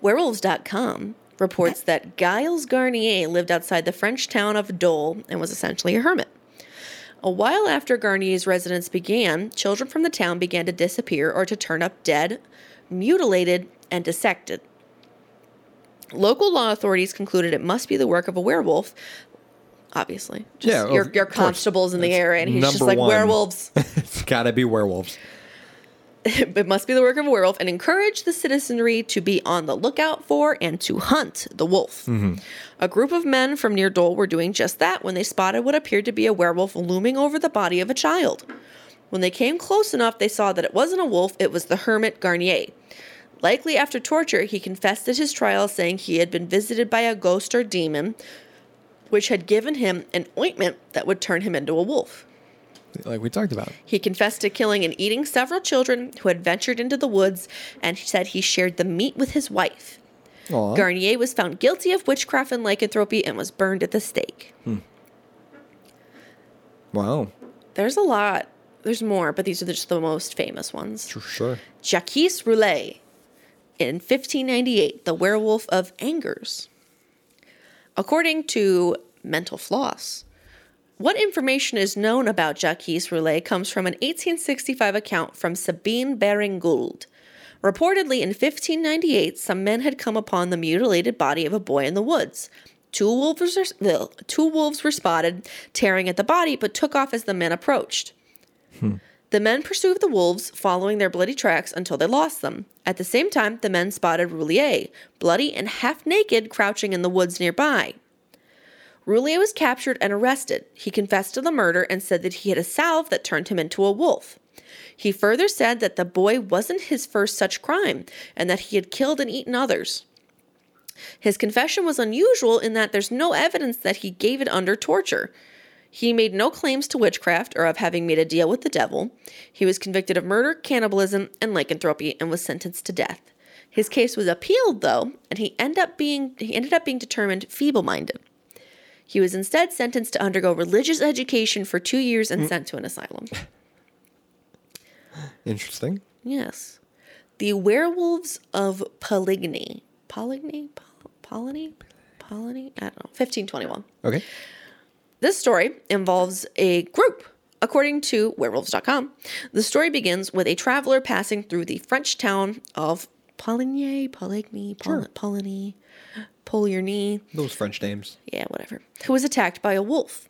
[SPEAKER 1] Werewolves.com reports that Giles Garnier lived outside the French town of Dole and was essentially a hermit. A while after Garnier's residence began, children from the town began to disappear or to turn up dead, mutilated, and dissected. Local law authorities concluded it must be the work of a werewolf, obviously. Just
[SPEAKER 2] Yeah,
[SPEAKER 1] your,
[SPEAKER 2] of
[SPEAKER 1] your
[SPEAKER 2] course.
[SPEAKER 1] constable's in the
[SPEAKER 2] That's
[SPEAKER 1] area, and he's just
[SPEAKER 2] number
[SPEAKER 1] like,
[SPEAKER 2] one.
[SPEAKER 1] werewolves.
[SPEAKER 2] it's gotta be werewolves.
[SPEAKER 1] it must be the work of a werewolf and encourage the citizenry to be on the lookout for and to hunt the wolf. A group of men from near Dole were doing just that when they spotted what appeared to be a werewolf looming over the body of a child. When they came close enough, they saw that it wasn't a wolf, it was the hermit Garnier. Likely after torture, he confessed at his trial, saying he had been visited by a ghost or demon, which had given him an ointment that would turn him into a wolf.
[SPEAKER 2] Like we talked about.
[SPEAKER 1] He confessed to killing and eating several children who had ventured into the woods and said he shared the meat with his wife.
[SPEAKER 2] Aw.
[SPEAKER 1] Garnier was found guilty of witchcraft and lycanthropy and was burned at the stake.
[SPEAKER 2] wow.
[SPEAKER 1] There's a lot There's more, but these are just the most famous ones.
[SPEAKER 2] Sure.
[SPEAKER 1] Jacques Roulet in 1598, The Werewolf of Angers. According to Mental Floss, what information is known about Jacques Roulet comes from an 1865 account from Sabine Baring Gould. Reportedly, in 1598, some men had come upon the mutilated body of a boy in the woods. Two wolves, were, two wolves were spotted tearing at the body, but took off as the men approached. The men pursued the wolves, following their bloody tracks until they lost them. At the same time, the men spotted Roulier, bloody and half naked, crouching in the woods nearby. Roulier was captured and arrested. He confessed to the murder and said that he had a salve that turned him into a wolf. He further said that the boy wasn't his first such crime and that he had killed and eaten others. His confession was unusual in that there's no evidence that he gave it under torture. He made no claims to witchcraft or of having made a deal with the devil. He was convicted of murder, cannibalism, and lycanthropy and was sentenced to death. His case was appealed though, and he ended up being he ended up being determined feeble-minded. He was instead sentenced to undergo religious education for 2 years and sent to an asylum.
[SPEAKER 2] Interesting.
[SPEAKER 1] Yes. The werewolves of Poligny. Poligny? Pol- Polony? Polony? I don't know. 1521.
[SPEAKER 2] Okay.
[SPEAKER 1] This story involves a group. According to werewolves.com, the story begins with a traveler passing through the French town of Poligny, Poligny, Pol-
[SPEAKER 2] Sure.
[SPEAKER 1] Poligny, Poligny,
[SPEAKER 2] Those French names.
[SPEAKER 1] yeah, whatever, who was attacked by a wolf.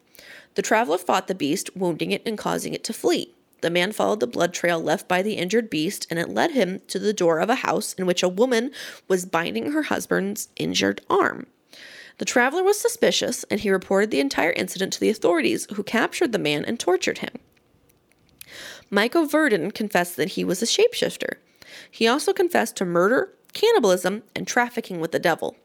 [SPEAKER 1] The traveler fought the beast, wounding it and causing it to flee. The man followed the blood trail left by the injured beast, and it led him to the door of a house in which a woman was binding her husband's injured arm. The traveler was suspicious, and he reported the entire incident to the authorities, who captured the man and tortured him. Michael Verdon confessed that he was a shapeshifter. He also confessed to murder, cannibalism, and trafficking with the devil.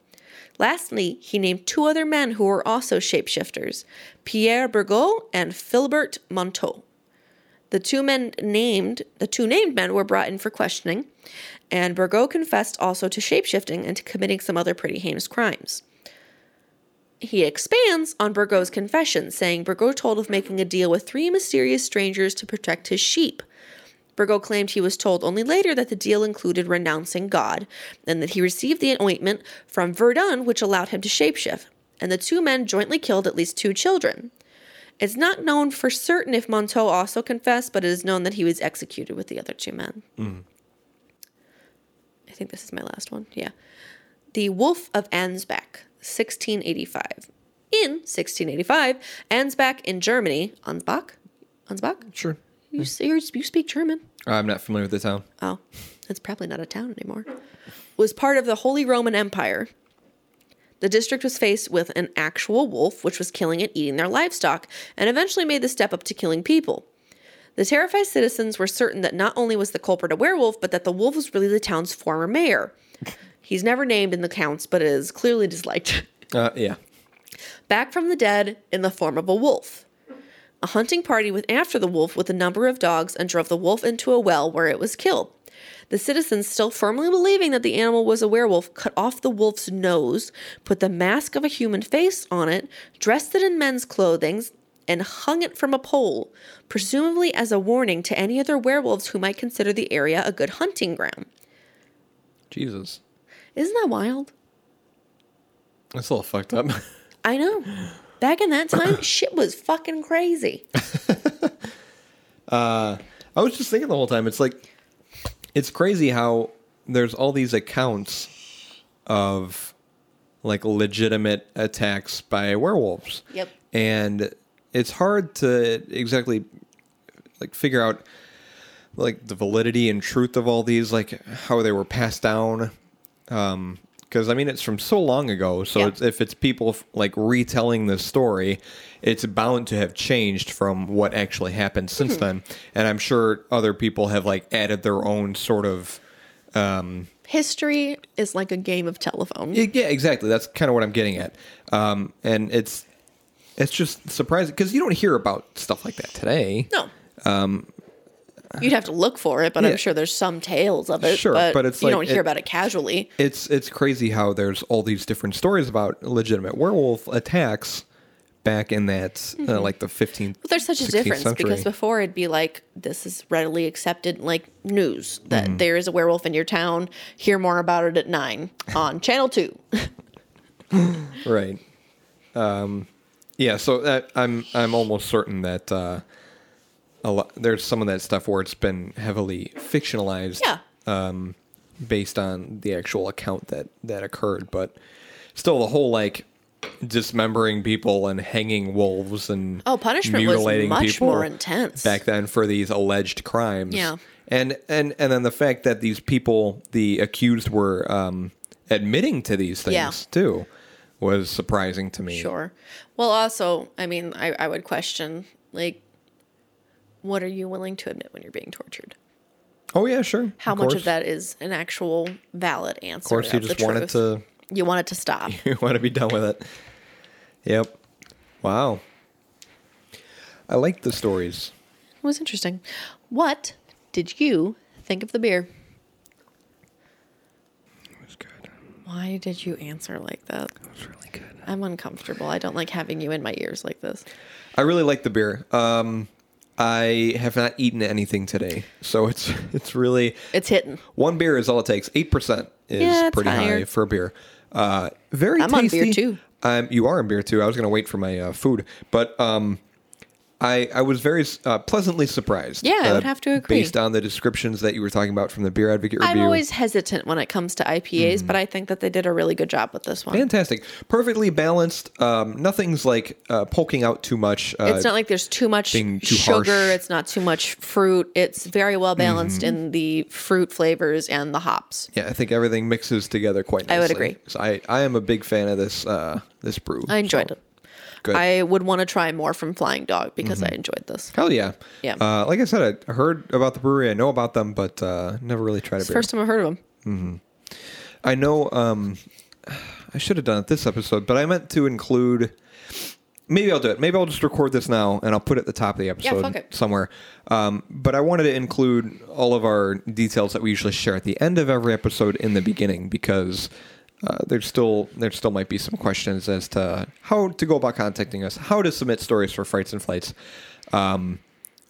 [SPEAKER 1] Lastly, he named two other men who were also shapeshifters Pierre Burgot and Philbert Monteau. The two men named the two named men were brought in for questioning, and Burgot confessed also to shapeshifting and to committing some other pretty heinous crimes. He expands on Burgot's confession, saying Burgot told of making a deal with three mysterious strangers to protect his sheep. Burgo claimed he was told only later that the deal included renouncing God, and that he received the ointment from Verdun, which allowed him to shapeshift. And the two men jointly killed at least two children. It's not known for certain if Monteau also confessed, but it is known that he was executed with the other two men. I think this is my last one. Yeah. The Wolf of Ansbach, 1685. In 1685, Ansbach in Germany, Ansbach? Ansbach?
[SPEAKER 2] Sure.
[SPEAKER 1] You, say- you speak German.
[SPEAKER 2] I'm not familiar with the town.
[SPEAKER 1] Oh, it's probably not a town anymore. Was part of the Holy Roman Empire. The district was faced with an actual wolf, which was killing and eating their livestock, and eventually made the step up to killing people. The terrified citizens were certain that not only was the culprit a werewolf, but that the wolf was really the town's former mayor. He's never named in the counts, but is clearly disliked.
[SPEAKER 2] Uh, yeah. Jesus.
[SPEAKER 1] Isn't that wild?
[SPEAKER 2] That's a little fucked up.
[SPEAKER 1] I know. Back in that time, shit was fucking crazy.
[SPEAKER 2] I was just thinking the whole time. It's like, it's crazy how there's all these accounts of like legitimate attacks by werewolves.
[SPEAKER 1] Yep.
[SPEAKER 2] And it's hard to exactly like figure out like the validity and truth of all these, like how they were passed down. Um, because I mean, it's from so long ago. So
[SPEAKER 1] Yeah.
[SPEAKER 2] it's, if it's people like retelling this story, it's bound to have changed from what actually happened since then. And I'm sure other people have like added their own sort of.
[SPEAKER 1] History is like a game of telephone.
[SPEAKER 2] Y- E, Yeah, exactly. That's kind of what I'm getting at. Um, and it's it's just surprising because you don't hear about stuff like that today.
[SPEAKER 1] no. Um, You'd have to look for it, but
[SPEAKER 2] yeah.
[SPEAKER 1] I'm sure there's some tales of it.
[SPEAKER 2] Sure,
[SPEAKER 1] but,
[SPEAKER 2] but it's
[SPEAKER 1] you
[SPEAKER 2] like
[SPEAKER 1] don't hear
[SPEAKER 2] it-
[SPEAKER 1] about it casually.
[SPEAKER 2] It's it's crazy how there's all these different stories about legitimate werewolf attacks, back in that uh, like the 15th
[SPEAKER 1] But Mm-hmm. there's such a
[SPEAKER 2] 16th
[SPEAKER 1] difference
[SPEAKER 2] century.
[SPEAKER 1] because before it'd be like this is readily accepted like news that
[SPEAKER 2] Mm-hmm.
[SPEAKER 1] there is a werewolf in your town. Hear more about it at nine on Channel Two.
[SPEAKER 2] right um yeah so that, i'm i'm almost certain that uh a lot, there's some of that stuff where it's been heavily fictionalized
[SPEAKER 1] Yeah,
[SPEAKER 2] based on the actual account that that occurred but still the whole like dismembering people and hanging wolves and
[SPEAKER 1] Oh, punishment was much more intense.
[SPEAKER 2] back then for these alleged crimes
[SPEAKER 1] Yeah.
[SPEAKER 2] and and and then the fact that these people the accused were um admitting to these things
[SPEAKER 1] Yeah.
[SPEAKER 2] too was surprising to me
[SPEAKER 1] sure. Well, also, I mean, I, I would question like, what are you willing to admit when you're being tortured?
[SPEAKER 2] oh yeah sure
[SPEAKER 1] How much
[SPEAKER 2] course.
[SPEAKER 1] of that is an actual valid answer?
[SPEAKER 2] of course you
[SPEAKER 1] the
[SPEAKER 2] just wanted
[SPEAKER 1] truth?
[SPEAKER 2] to
[SPEAKER 1] You want it to stop.
[SPEAKER 2] you want to be done with it yep wow i like the stories
[SPEAKER 1] It was interesting. What did you think of the beer?
[SPEAKER 2] It was good.
[SPEAKER 1] Why did you answer like that?
[SPEAKER 2] It was really good.
[SPEAKER 1] I'm uncomfortable. I don't like having you in my ears like this.
[SPEAKER 2] I really like the beer. Um, I have not eaten anything today, so it's it's really
[SPEAKER 1] It's hitting.
[SPEAKER 2] one beer is all it takes. Eight percent is
[SPEAKER 1] Yeah, it's
[SPEAKER 2] pretty
[SPEAKER 1] higher.
[SPEAKER 2] high for a beer. Uh, very.
[SPEAKER 1] I'm on beer,
[SPEAKER 2] tasty.
[SPEAKER 1] too.
[SPEAKER 2] Um, you are in beer too. I was going to wait for my uh, food, but um, I I was very uh, pleasantly surprised.
[SPEAKER 1] Yeah, I
[SPEAKER 2] uh,
[SPEAKER 1] would have to agree.
[SPEAKER 2] Based on the descriptions that you were talking about from the Beer Mm-hmm. Advocate review,
[SPEAKER 1] I'm always hesitant when it comes to IPAs, but I think that they did a really good job with this one.
[SPEAKER 2] fantastic, perfectly balanced. Um, nothing's like uh, poking out too much. Uh,
[SPEAKER 1] it's not like there's too much
[SPEAKER 2] being too
[SPEAKER 1] sugar.
[SPEAKER 2] harsh. Mm-hmm.
[SPEAKER 1] It's not too much fruit. It's very well balanced in the fruit flavors and the hops.
[SPEAKER 2] Yeah, I think everything mixes together quite nicely.
[SPEAKER 1] I would agree.
[SPEAKER 2] So I, I am a big fan of this uh, this brew.
[SPEAKER 1] I enjoyed
[SPEAKER 2] so.
[SPEAKER 1] it.
[SPEAKER 2] Good.
[SPEAKER 1] I would want to try more from Flying Dog because I enjoyed this.
[SPEAKER 2] Hell yeah.
[SPEAKER 1] Yeah.
[SPEAKER 2] Uh, like I said, I heard about the brewery. I know about them, but uh, never really tried a beer.
[SPEAKER 1] First time I've heard of them.
[SPEAKER 2] I know um, I should have done it this episode, but I meant to include. Maybe I'll do it. Maybe I'll just record this now and I'll put it at the top of the episode
[SPEAKER 1] fuck it.
[SPEAKER 2] somewhere. Um, but I wanted to include all of our details that we usually share at the end of every episode in the beginning because uh, there's still there still might be some questions as to how to go about contacting us, how to submit stories for frights and flights, um,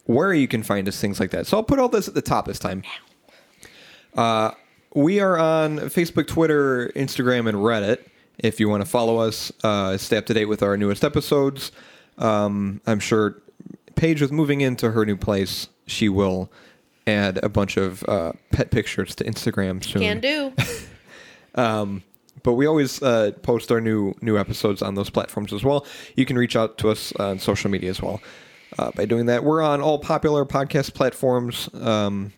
[SPEAKER 2] where you can find us, things like that. So I'll put all this at the top this time. We are on Facebook, Twitter, Instagram, and Reddit. If you want to follow us, uh, stay up to date with our newest episodes. Um, I'm sure Paige, with moving into her new place, she will add a bunch of uh, pet pictures to Instagram soon.
[SPEAKER 1] Can do.
[SPEAKER 2] But we always uh, post our new new episodes on those platforms as well. You can reach out to us on social media as well uh, by doing that. We're on all popular podcast platforms, um,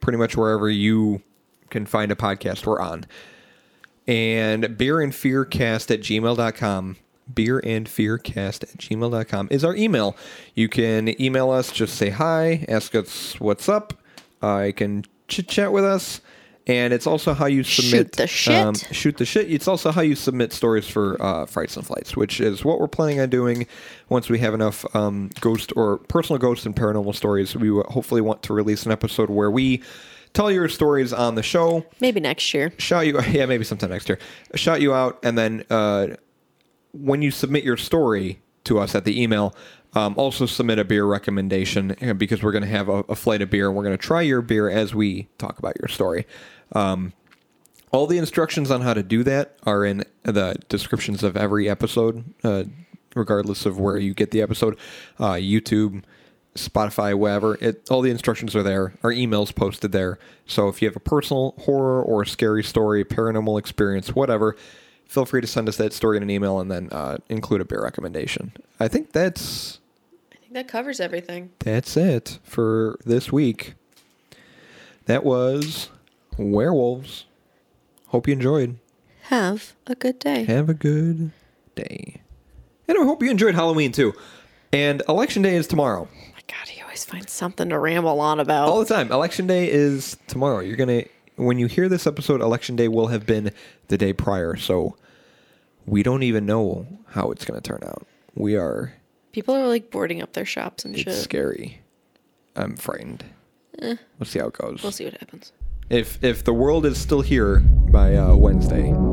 [SPEAKER 2] pretty much wherever you can find a podcast, we're on. And beer and fearcast at gmail.com. Beer and fearcast at gmail.com is our email. You can email us, just say hi, ask us what's up. Uh, you can chit chat with us. And it's also how you submit um,
[SPEAKER 1] Shoot the shit.
[SPEAKER 2] shoot the shit. It's also how you submit stories for uh, frights and flights, which is what we're planning on doing once we have enough um, ghost or personal ghost and paranormal stories. We will hopefully want to release an episode where we tell your stories on the show,
[SPEAKER 1] Maybe next year.
[SPEAKER 2] shout you, yeah, maybe sometime next year, shout you out, and then uh, when you submit your story to us at the email. Um, also submit a beer recommendation uh, because we're going to have a, a flight of beer and we're going to try your beer as we talk about your story. All the instructions on how to do that are in the descriptions of every episode, uh, regardless of where you get the episode. Uh, YouTube, Spotify, wherever. It, all the instructions are there. Our email's posted there. So if you have a personal horror or scary story, paranormal experience, whatever, feel free to send us that story in an email and then uh, include a beer recommendation. I think that's
[SPEAKER 1] I think that covers everything.
[SPEAKER 2] that's it for this week. That was werewolves. Hope you enjoyed.
[SPEAKER 1] Have a good day.
[SPEAKER 2] Have a good day. And I hope you enjoyed Halloween too. And election day is tomorrow.
[SPEAKER 1] Oh my God, he always finds something to ramble on about.
[SPEAKER 2] All the time. Election day is tomorrow. You're going to, when you hear this episode, election day will have been the day prior. So we don't even know how it's going to turn out. We are,
[SPEAKER 1] People are like boarding up their shops and
[SPEAKER 2] it's
[SPEAKER 1] shit.
[SPEAKER 2] scary. I'm frightened. Eh. We'll see how it goes.
[SPEAKER 1] We'll see what happens.
[SPEAKER 2] If, if the world is still here by uh, Wednesday. uh,